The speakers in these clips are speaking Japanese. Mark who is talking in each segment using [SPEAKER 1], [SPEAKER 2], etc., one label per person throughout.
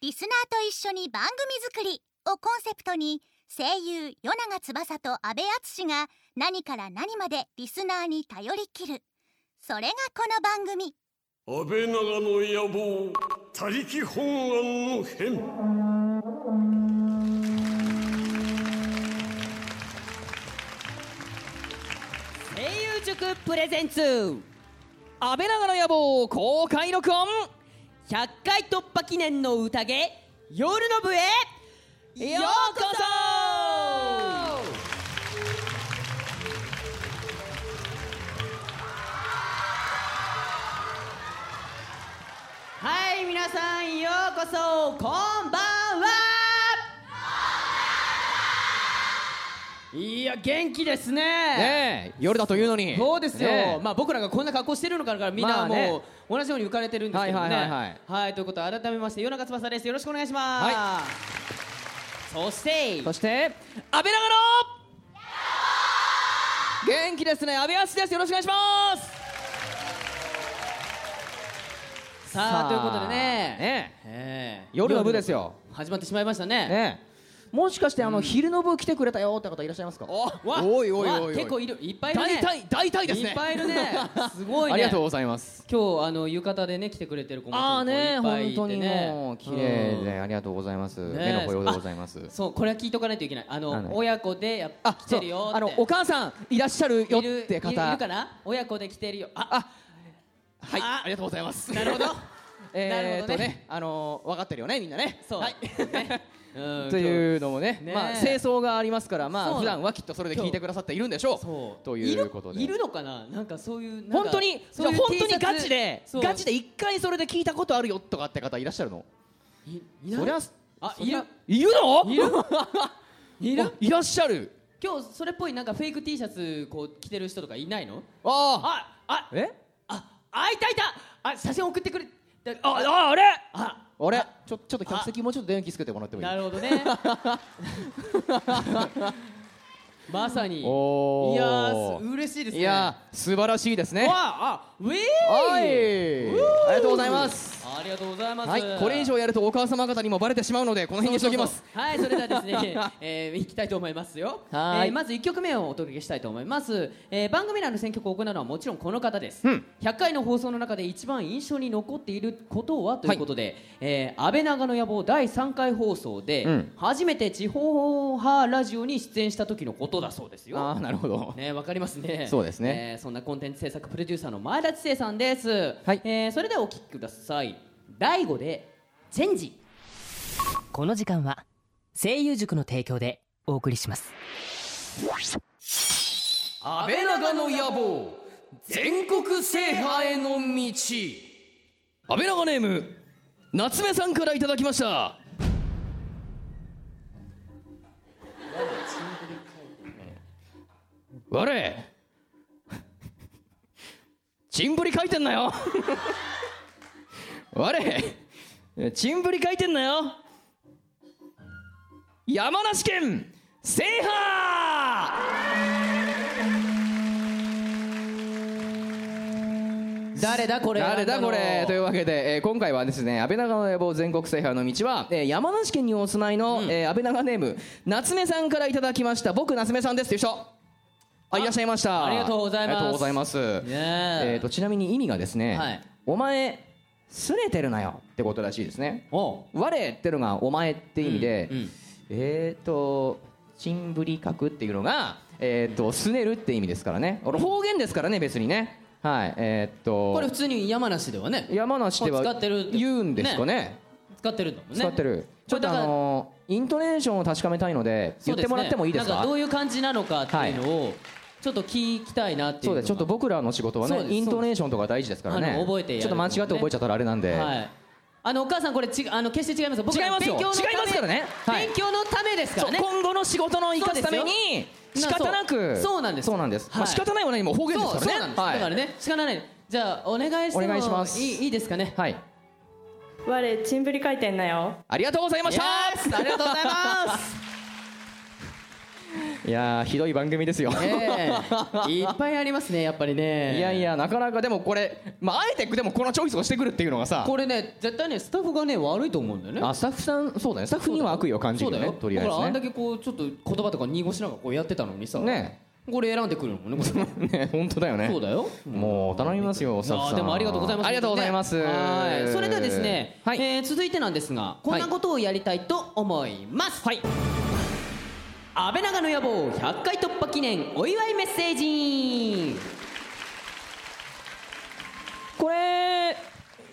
[SPEAKER 1] リスナーと一緒に番組作り」をコンセプトに声優与永翼と阿部淳が何から何までリスナーに頼りきるそれがこの番組
[SPEAKER 2] 安倍長の野望他力本願の変
[SPEAKER 3] 声優塾プレゼンツ安倍長の野望公開録音100回突破記念の宴夜の部へようこそはい皆さんようこそこんばんはいや元気です
[SPEAKER 4] ねえ夜だというのに
[SPEAKER 3] そうですよ、
[SPEAKER 4] ねえ
[SPEAKER 3] まあ、僕らがこんな格好してるのからみん
[SPEAKER 4] ま
[SPEAKER 3] な
[SPEAKER 4] あ
[SPEAKER 3] もう、
[SPEAKER 4] ね
[SPEAKER 3] 同じように浮かれてるんですけどね
[SPEAKER 4] はいはいはい
[SPEAKER 3] はいということで改めまして夜中翼ですよろしくお願いします、
[SPEAKER 4] は
[SPEAKER 3] そして
[SPEAKER 4] そして安倍長野元気ですね安倍康ですよろしくお願いします
[SPEAKER 3] さあということでね
[SPEAKER 4] ねえ
[SPEAKER 3] ええ
[SPEAKER 4] 夜の部ですよ
[SPEAKER 3] 始まってしまいましたね
[SPEAKER 4] ねえもしかしてあの、昼の部来てくれたよって方いらっしゃいますか
[SPEAKER 3] おわ
[SPEAKER 4] おいおいおいおい
[SPEAKER 3] わ結構いるいっぱいいる
[SPEAKER 4] 大
[SPEAKER 3] ね
[SPEAKER 4] 体大体ですね
[SPEAKER 3] いっぱいいるねすごい ね
[SPEAKER 4] ありがとうございます
[SPEAKER 3] 今日あの浴衣でね来てくれてる子も
[SPEAKER 4] ああね
[SPEAKER 3] いっぱいい
[SPEAKER 4] 本当
[SPEAKER 3] て
[SPEAKER 4] に
[SPEAKER 3] ね
[SPEAKER 4] もう綺麗
[SPEAKER 3] う
[SPEAKER 4] で
[SPEAKER 3] ん
[SPEAKER 4] ありがとうございます、
[SPEAKER 3] ねえ
[SPEAKER 4] 目の保養でございます
[SPEAKER 3] そうこれは聞いとかないといけないあの
[SPEAKER 4] なんだ
[SPEAKER 3] 親子でやっぱ来てるよって
[SPEAKER 4] あのお母さんいらっしゃるよって方
[SPEAKER 3] いるいるかな親子で来てるよあ
[SPEAKER 4] はい
[SPEAKER 3] あ
[SPEAKER 4] ありがとうございます
[SPEAKER 3] なるほ ど
[SPEAKER 4] えーっと
[SPEAKER 3] なるほどね
[SPEAKER 4] ねあのー分かってるよねみんなね
[SPEAKER 3] そう、
[SPEAKER 4] はい
[SPEAKER 3] ね うん
[SPEAKER 4] というのもね
[SPEAKER 3] ね
[SPEAKER 4] まあ清掃がありますから
[SPEAKER 3] そう
[SPEAKER 4] ま
[SPEAKER 3] な
[SPEAKER 4] あ
[SPEAKER 3] の
[SPEAKER 4] 普段はきっとそれで聞いてくださっているんでしょ
[SPEAKER 3] そう
[SPEAKER 4] ということで
[SPEAKER 3] いるいるのかななんかそういうなん
[SPEAKER 4] 本
[SPEAKER 3] か
[SPEAKER 4] 当に
[SPEAKER 3] そういう
[SPEAKER 4] 本
[SPEAKER 3] T
[SPEAKER 4] 当に
[SPEAKER 3] シャツ
[SPEAKER 4] ガチで
[SPEAKER 3] そう
[SPEAKER 4] ガチで一回それで聞いたことあるよとかって方いらっしゃるの
[SPEAKER 3] いいない
[SPEAKER 4] そりゃ
[SPEAKER 3] あ
[SPEAKER 4] そりゃいるの
[SPEAKER 3] いる いる
[SPEAKER 4] あいらっしゃる
[SPEAKER 3] 今日それっぽいなんかフェイク T シャツこう着てる人とかいないの
[SPEAKER 4] あ
[SPEAKER 3] ああ
[SPEAKER 4] あえ
[SPEAKER 3] ああいたいたあ写真送ってくれだ
[SPEAKER 4] あああれ
[SPEAKER 3] あ
[SPEAKER 4] あれちょちょっと客席もうちょっと電気つけてもらってもいい
[SPEAKER 3] なるほどね まさにいや
[SPEAKER 4] おー
[SPEAKER 3] ー嬉しいですね
[SPEAKER 4] いやー素晴らしいですね
[SPEAKER 3] わあ、あ、ウェイ。
[SPEAKER 4] はいう
[SPEAKER 3] ー
[SPEAKER 4] ありがとうございます。
[SPEAKER 3] ありがとうございます。
[SPEAKER 4] はいこれ以上やるとお母様方にもバレてしまうのでこの辺にしときます
[SPEAKER 3] そうそうそうはい、それではですね、え ー、いきたいと思いますよ。
[SPEAKER 4] はい
[SPEAKER 3] えーまず一曲目をお届けしたいと思います。えー、番組内の選曲を行うのはもちろんこの方です。
[SPEAKER 4] うん
[SPEAKER 3] 100回の放送の中で一番印象に残っていることはということで、えー安倍長の野望第3回放送で、
[SPEAKER 4] うん
[SPEAKER 3] 初めて地方派ラジオに出演した時のことだそうですよ。
[SPEAKER 4] ああなるほど
[SPEAKER 3] ね、わかりますね。
[SPEAKER 4] そうですね
[SPEAKER 3] えーそんなコンテンツ制作プロデューサーの前田知世さんです。
[SPEAKER 4] はい
[SPEAKER 3] えーそれではお聞きください。第五でチェンジ。
[SPEAKER 5] この時間は声優塾の提供でお送りします
[SPEAKER 4] 安倍長の野望全国制覇への道安倍長ネーム夏目さんからいただきました我チンブリ書いてんなよ我チンブリ書いてんなよ山梨県制覇
[SPEAKER 3] 誰だこれ。
[SPEAKER 4] 誰だこれという
[SPEAKER 3] う。
[SPEAKER 4] わけで、えー今回はですね安倍長の野望全国制覇の道は、えー山梨県にお住まいの、えー安倍長ネーム夏目さんからいただきました僕夏目さんですという人あいらっしゃいました
[SPEAKER 3] ありがとうございます
[SPEAKER 4] ありがとうございますえーとちなみに意味がですね、
[SPEAKER 3] はい
[SPEAKER 4] お前すれてるなよってことらしいですね
[SPEAKER 3] おう。
[SPEAKER 4] 我ってのがお前って意味で、
[SPEAKER 3] うんうん
[SPEAKER 4] えーとちんぶりかくっていうのがえーとすねるって意味ですからねこれ方言ですからね別にねはいえーと
[SPEAKER 3] これ普通に山梨ではね。
[SPEAKER 4] 山梨では
[SPEAKER 3] 使ってるって
[SPEAKER 4] 言うんですかね
[SPEAKER 3] 使ってるんだもんね。
[SPEAKER 4] 使ってる、ちょっとあのーイントネーションを確かめたいので
[SPEAKER 3] そ
[SPEAKER 4] 言
[SPEAKER 3] うで
[SPEAKER 4] って
[SPEAKER 3] すね
[SPEAKER 4] もらってもいいですか
[SPEAKER 3] なんかどういう感じなのかっていうのをちょっと聞きたいなっていう
[SPEAKER 4] そ
[SPEAKER 3] の
[SPEAKER 4] う
[SPEAKER 3] が。
[SPEAKER 4] ですちょっと僕らの仕事は
[SPEAKER 3] そうで
[SPEAKER 4] ね
[SPEAKER 3] す
[SPEAKER 4] イントネーションとか大事ですから
[SPEAKER 3] あ
[SPEAKER 4] ね
[SPEAKER 3] の覚えてやる
[SPEAKER 4] ちょっと間違って覚えちゃったらあれなんで、
[SPEAKER 3] はい。あのお母さんこれちあの決して違います。僕ら
[SPEAKER 4] 違いますよ
[SPEAKER 3] 勉強のため
[SPEAKER 4] 違いますからねはい
[SPEAKER 3] 勉強のためですか
[SPEAKER 4] そ
[SPEAKER 3] ら
[SPEAKER 4] う
[SPEAKER 3] ね。
[SPEAKER 4] 今後の仕事の生かすために
[SPEAKER 3] そうですよ
[SPEAKER 4] 仕方なく
[SPEAKER 3] そうそうなんですよ
[SPEAKER 4] そうなんです、
[SPEAKER 3] はい
[SPEAKER 4] まあ仕方ないも何も方言ですからね
[SPEAKER 3] そうそうなんです、
[SPEAKER 4] はい
[SPEAKER 3] だからね仕方ないじゃあお願いしても
[SPEAKER 4] お願いします
[SPEAKER 3] いいいいですかね
[SPEAKER 4] はい、
[SPEAKER 6] 我ちんぶり書いてんなよ
[SPEAKER 4] ありがとうございました
[SPEAKER 3] イエスありがとうございます
[SPEAKER 4] いやーひどい番組ですよ、
[SPEAKER 3] え えいっぱいありますねやっぱりね
[SPEAKER 4] いやいやなかなかでもこれ、まあ、あえてでもこのチョイスをしてくるっていうのがさ
[SPEAKER 3] これね絶対ねスタッフがね悪いと思うんだよね
[SPEAKER 4] あスタッフさんそうだねスタッフには悪意を感じ
[SPEAKER 3] そう
[SPEAKER 4] るよ
[SPEAKER 3] だ
[SPEAKER 4] ね
[SPEAKER 3] よ
[SPEAKER 4] とりあえ
[SPEAKER 3] だからあ
[SPEAKER 4] ず
[SPEAKER 3] んだ
[SPEAKER 4] ね
[SPEAKER 3] けこうちょっと言葉とか濁しながらこうやってたのにさ
[SPEAKER 4] ね
[SPEAKER 3] これ選んでくるのもんねこれ
[SPEAKER 4] ね本当だよね
[SPEAKER 3] そうだよ
[SPEAKER 4] もう頼みますよスタッフ
[SPEAKER 3] あ
[SPEAKER 4] さ
[SPEAKER 3] ー
[SPEAKER 4] ん
[SPEAKER 3] でもありがとうございます
[SPEAKER 4] ありがとうございます
[SPEAKER 3] はいそれではですね、
[SPEAKER 4] はい
[SPEAKER 3] えー続いてなんですがこんなことをやりたいと思いますはい安倍長の野望100回突破記念お祝いメッセージ
[SPEAKER 4] これ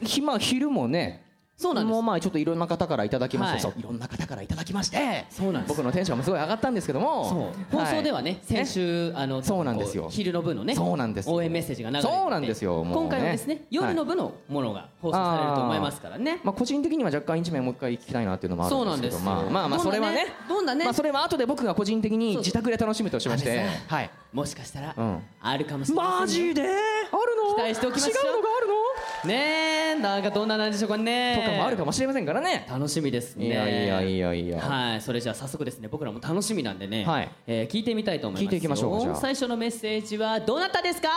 [SPEAKER 4] ひまあ昼もね
[SPEAKER 3] そうなんです
[SPEAKER 4] もうまあちょっといろんな方からいただきまして、
[SPEAKER 3] はい
[SPEAKER 4] そういろんな方からいただきまして
[SPEAKER 3] そうなんです
[SPEAKER 4] 僕のテンションもすごい上がったんですけども
[SPEAKER 3] 放送ではね、先
[SPEAKER 4] ね
[SPEAKER 3] 週あの
[SPEAKER 4] そうなんですよ
[SPEAKER 3] こ昼の部のね
[SPEAKER 4] そうなんですよ
[SPEAKER 3] 応援メッセージが流れていて
[SPEAKER 4] そうなんですよもうね
[SPEAKER 3] 今回はですね夜の部のものが放送されると思いますからね、
[SPEAKER 4] まあ個人的には若干一面もう一回聞きたいなっていうのもある
[SPEAKER 3] そうんな
[SPEAKER 4] です
[SPEAKER 3] んで
[SPEAKER 4] けど
[SPEAKER 3] すよ
[SPEAKER 4] まあまあまあそれはね
[SPEAKER 3] どんなねどんなね
[SPEAKER 4] まあそれは後で僕が個人的に自宅で楽しむとしまして
[SPEAKER 3] あれさ
[SPEAKER 4] はい
[SPEAKER 3] もしかしたら、
[SPEAKER 4] うん
[SPEAKER 3] あるかもしれませんよ
[SPEAKER 4] であるの
[SPEAKER 3] 期待しておきましょう
[SPEAKER 4] 違うのがあるの
[SPEAKER 3] ねえなんかどんななんでしょうかね
[SPEAKER 4] とかもあるかもしれませんからね
[SPEAKER 3] 楽しみですね
[SPEAKER 4] いやいやいやいや
[SPEAKER 3] はいそれじゃあ早速ですね僕らも楽しみなんでね、
[SPEAKER 4] はい
[SPEAKER 3] えー聞いてみたいと思いますよ
[SPEAKER 4] 聞いていきましょうかじゃあ
[SPEAKER 3] 最初のメッセージはどなたですか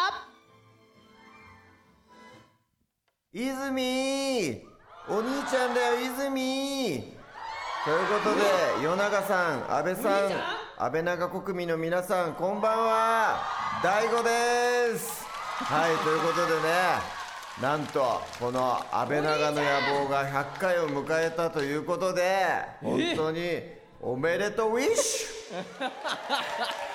[SPEAKER 7] 泉お兄ちゃんだよ泉ということで与永さん安倍さん安倍長国民の皆さんこんばんは大悟ですはいということでねなんとこの安倍長の野望が100回を迎えたということで本当におめでとうウィッシュ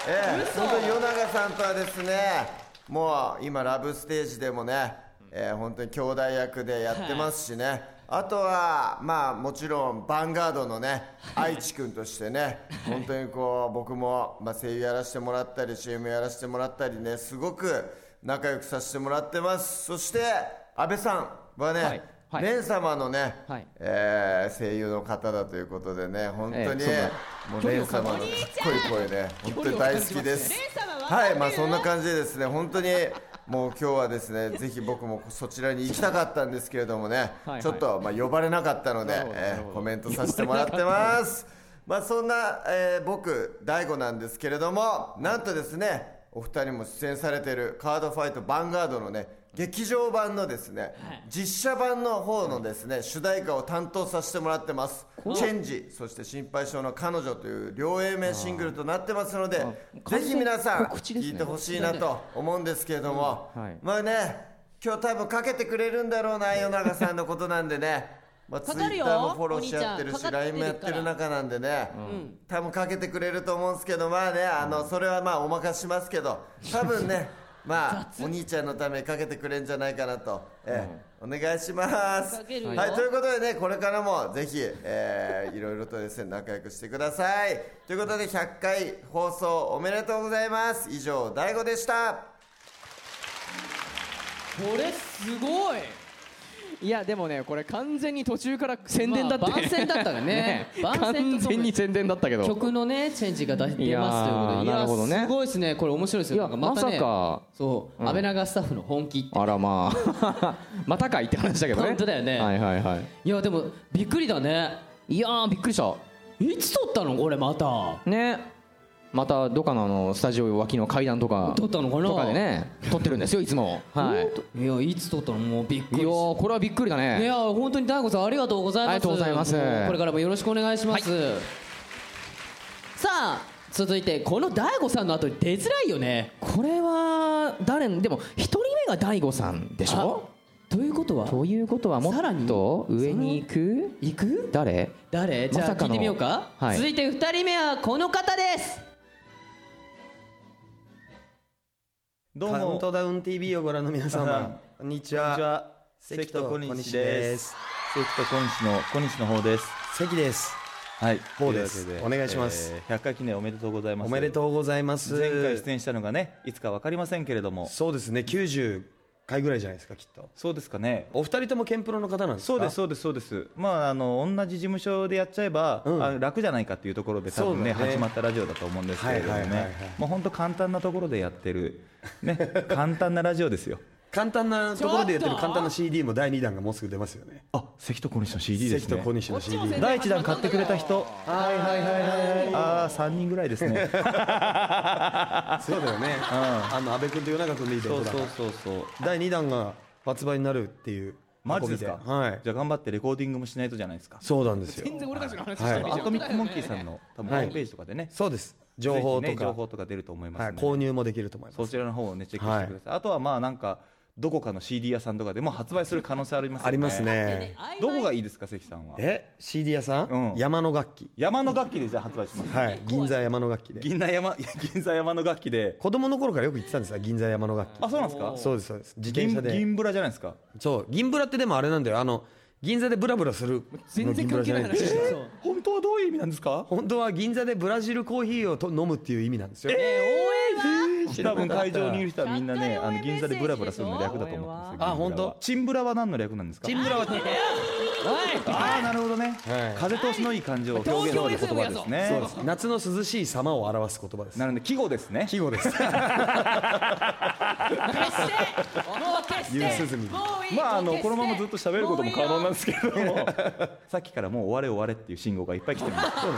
[SPEAKER 7] ええ、本当に与永さんとはですねもう今ラブステージでもね、ええ本当に兄弟役でやってますしね、あとはまあもちろんヴァンガードのね愛知君としてね本当にこう僕も、まあ、声優やらせてもらったり CM やらせてもらったりねすごく仲良くさせてもらってますそして安倍さんはね、
[SPEAKER 4] はいはい
[SPEAKER 7] 蓮様のね、
[SPEAKER 4] はい
[SPEAKER 7] ええ声優の方だということでね本当に、
[SPEAKER 4] え
[SPEAKER 7] もう蓮様のかっこいい声ね本当に大好きですはいまあそんな感じでですね本当にもう今日はですね ぜひ僕もそちらに行きたかったんですけれどもね
[SPEAKER 4] はい
[SPEAKER 7] ちょっとまあ呼ばれなかったのでえーコメントさせてもらってますまあそんな、えー僕大悟なんですけれどもなんとですねお二人も出演されているカードファイトヴァンガードのね劇場版のですね、実写版の方のですね、主題歌を担当させてもらってます「チェンジ」そして「心配性の彼女」という両 A 面シングルとなってますのでぜひ皆さん
[SPEAKER 4] 告知ですね
[SPEAKER 7] 聞いてほしいなと思うんですけれども、
[SPEAKER 4] うんはい
[SPEAKER 7] まあね今日多分かけてくれるんだろうな与永さんのことなんで ねまあ、ツイ
[SPEAKER 3] かかる
[SPEAKER 7] ッ
[SPEAKER 3] よ
[SPEAKER 7] ターもフォローし合ってる
[SPEAKER 3] お兄
[SPEAKER 7] し
[SPEAKER 3] ちゃんかかってる
[SPEAKER 7] LINE もやってる中なんでね、多分かけてくれると思うんですけどまあねあのそれはまあお任せしますけど多分 ねまあお兄ちゃんのためにかけてくれるんじゃないかなと、ええお願いします
[SPEAKER 3] かけるよ
[SPEAKER 7] はいということでねこれからもぜひ、えー、いろいろとですね仲良くしてくださいということで100回放送おめでとうございます以上大悟でした
[SPEAKER 3] これすごい
[SPEAKER 4] いやでもねこれ完全に途中から宣伝だって、
[SPEAKER 3] まあ番宣だった からね番宣ととも
[SPEAKER 4] 完
[SPEAKER 3] に
[SPEAKER 4] 全に宣伝だったけど
[SPEAKER 3] 曲のねチェンジが出てますということで
[SPEAKER 4] いやー
[SPEAKER 3] いや
[SPEAKER 4] なるほどね
[SPEAKER 3] すごいですねこれ面白いですよ
[SPEAKER 4] いや
[SPEAKER 3] なんまたね
[SPEAKER 4] まさか
[SPEAKER 3] そう、
[SPEAKER 4] うん
[SPEAKER 3] 安倍長スタッフの本気って
[SPEAKER 4] あらまあ またかいって話だけどね
[SPEAKER 3] 本当だよね
[SPEAKER 4] はいはいはい
[SPEAKER 3] いやでもびっくりだね
[SPEAKER 4] いやーびっくりした
[SPEAKER 3] いつ撮ったのこれまた
[SPEAKER 4] ねまたどっかのあのスタジオ脇の階段とか
[SPEAKER 3] 撮ったのかな
[SPEAKER 4] とかでね撮ってるんですよいつもはい
[SPEAKER 3] いやいつ撮ったのもうびっく
[SPEAKER 4] い
[SPEAKER 3] りし
[SPEAKER 4] や
[SPEAKER 3] た
[SPEAKER 4] ーこれはびっくりだ
[SPEAKER 3] い
[SPEAKER 4] ね
[SPEAKER 3] や本当に大悟さんありがとうございます
[SPEAKER 4] ありがとうございます
[SPEAKER 3] もうこれからもよろしくお願いします、さあ続いてこの大悟さんの後に出づらいよね
[SPEAKER 4] これは誰でも一人目が大悟さんでしょ
[SPEAKER 3] あということは
[SPEAKER 4] ということはも
[SPEAKER 3] さらに
[SPEAKER 4] っと上に行く行く誰
[SPEAKER 3] 誰じゃ
[SPEAKER 4] まさ
[SPEAKER 3] あ
[SPEAKER 4] か
[SPEAKER 3] 聞
[SPEAKER 4] の
[SPEAKER 3] いてみようか、
[SPEAKER 4] はい
[SPEAKER 3] 続いて2人目はこの方です
[SPEAKER 8] どうもカウントダウン TV をご覧の皆様 こんにちはこんにちは関と小西です関と小西の小西の方です関ですはい方ですお願いします、えー100回記念おめでとうございますおめでとうございます前回出演したのがねいつかわかりませんけれども
[SPEAKER 9] そうですね90回ぐらいじゃないですかきっと
[SPEAKER 8] そうですかね
[SPEAKER 9] お二人ともケンプロの方なんですか
[SPEAKER 8] そうですそうですそうですまああの同じ事務所でやっちゃえば、
[SPEAKER 9] うん
[SPEAKER 8] あ楽じゃないかっていうところで多分ね
[SPEAKER 9] そうだね
[SPEAKER 8] 始まったラジオだと思うんですけれども
[SPEAKER 9] はいはいはいはい
[SPEAKER 8] ねもう本当簡単なところでやってるね簡単なラジオですよ
[SPEAKER 9] 簡単なところでやってる簡単な CD も第2弾がもうすぐ出ますよね
[SPEAKER 8] あ関と小西の CD ですね
[SPEAKER 9] 関と小西の CD
[SPEAKER 8] 第1弾買ってくれた人はいはいはいはいああ3人ぐらいで すね
[SPEAKER 9] そうだよね、あの阿部君と与永君でいいと
[SPEAKER 8] そ
[SPEAKER 9] こ
[SPEAKER 8] う
[SPEAKER 9] だ
[SPEAKER 8] そ
[SPEAKER 9] か
[SPEAKER 8] う
[SPEAKER 9] ら
[SPEAKER 8] そうそう
[SPEAKER 9] 第2弾が発売になるっていう
[SPEAKER 8] マジですか
[SPEAKER 9] 運びはい
[SPEAKER 8] じゃあ頑張ってレコーディングもしないとじゃないですか
[SPEAKER 9] そうなんですよ
[SPEAKER 10] 全然俺たちの話
[SPEAKER 9] はい
[SPEAKER 10] してない
[SPEAKER 8] ア
[SPEAKER 10] じゃ
[SPEAKER 8] ト
[SPEAKER 10] ん
[SPEAKER 8] ミックモンキーさんの多分ホ
[SPEAKER 9] はい
[SPEAKER 8] ームページとかでね
[SPEAKER 9] そうです情報
[SPEAKER 8] ぜ
[SPEAKER 9] と
[SPEAKER 8] ひね情
[SPEAKER 9] か、
[SPEAKER 8] 報とか出ると思います
[SPEAKER 9] はい、
[SPEAKER 8] んで
[SPEAKER 9] 購入もできると思いま
[SPEAKER 8] そ
[SPEAKER 9] す
[SPEAKER 8] ちらの方をねチェックしてくださいあとはまあなんかどこかの CD 屋さんとかでも発売する可能性ありますよね
[SPEAKER 9] ありますね
[SPEAKER 8] どこがいいですか関さんは
[SPEAKER 9] え CD 屋さん、
[SPEAKER 8] うん
[SPEAKER 9] 山の楽器
[SPEAKER 8] 山の楽器でじゃあ発売します
[SPEAKER 9] はい銀座山の楽器で
[SPEAKER 8] 銀座山 銀座山の楽器で
[SPEAKER 9] 子供の頃からよく行ってたんですよ銀座山の楽器
[SPEAKER 8] あそうなんですか
[SPEAKER 9] そうですそうです自転
[SPEAKER 8] 銀
[SPEAKER 9] 車で
[SPEAKER 8] 銀ブラじゃないですか
[SPEAKER 9] そう銀ブラってでもあれなんだよあの銀座でブラブラする
[SPEAKER 10] 全然関係ない
[SPEAKER 9] の銀ブラ
[SPEAKER 10] 話
[SPEAKER 9] じゃん
[SPEAKER 10] して
[SPEAKER 9] だ
[SPEAKER 10] る
[SPEAKER 9] よ
[SPEAKER 10] そう
[SPEAKER 8] 本当はどういう意味なんですか
[SPEAKER 9] 本当は銀座でブラジルコーヒーをと飲むっていう意味なんですよ、
[SPEAKER 8] 多分会場にいる人はみんなねあの銀座でブラブラするの略だと思ってますよ
[SPEAKER 9] あ本当
[SPEAKER 8] 銀ブラはチンブラは何の略なんですか
[SPEAKER 9] チンブ ラは
[SPEAKER 8] ああなるほどね、
[SPEAKER 9] はい
[SPEAKER 8] 風通しのいい感じを表現する言葉ですね
[SPEAKER 9] そうです夏の涼しい様を表す言葉です
[SPEAKER 8] なので季語ですね
[SPEAKER 9] 季語 です
[SPEAKER 10] 決してもう 決して
[SPEAKER 9] 夕涼み
[SPEAKER 10] もういい
[SPEAKER 8] まああ
[SPEAKER 10] も
[SPEAKER 8] の
[SPEAKER 10] う決して
[SPEAKER 8] このままずっと喋ることも可能なん
[SPEAKER 10] う
[SPEAKER 8] ですけれども さっきからもう終われ終われっていう信号がいっぱい来てます
[SPEAKER 9] そう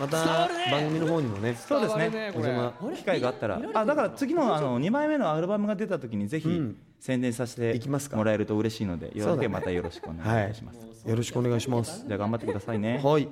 [SPEAKER 9] なんだまた番組の方にもね
[SPEAKER 8] そうです
[SPEAKER 10] 伝わ
[SPEAKER 8] ね
[SPEAKER 10] るね
[SPEAKER 8] お
[SPEAKER 10] これ
[SPEAKER 8] 邪魔機会があったらあだから次のあの2枚目のアルバムが出た時にぜひ
[SPEAKER 9] ん
[SPEAKER 8] 宣伝させて
[SPEAKER 9] 行きますか
[SPEAKER 8] もらえると嬉しいのでよ
[SPEAKER 9] そう
[SPEAKER 8] ろし
[SPEAKER 9] だ
[SPEAKER 8] け
[SPEAKER 9] ね
[SPEAKER 8] またよろしくお
[SPEAKER 9] は
[SPEAKER 8] 願い
[SPEAKER 9] い
[SPEAKER 8] します
[SPEAKER 9] よろしくお願いします
[SPEAKER 8] じゃあ頑張ってくださいね
[SPEAKER 9] はい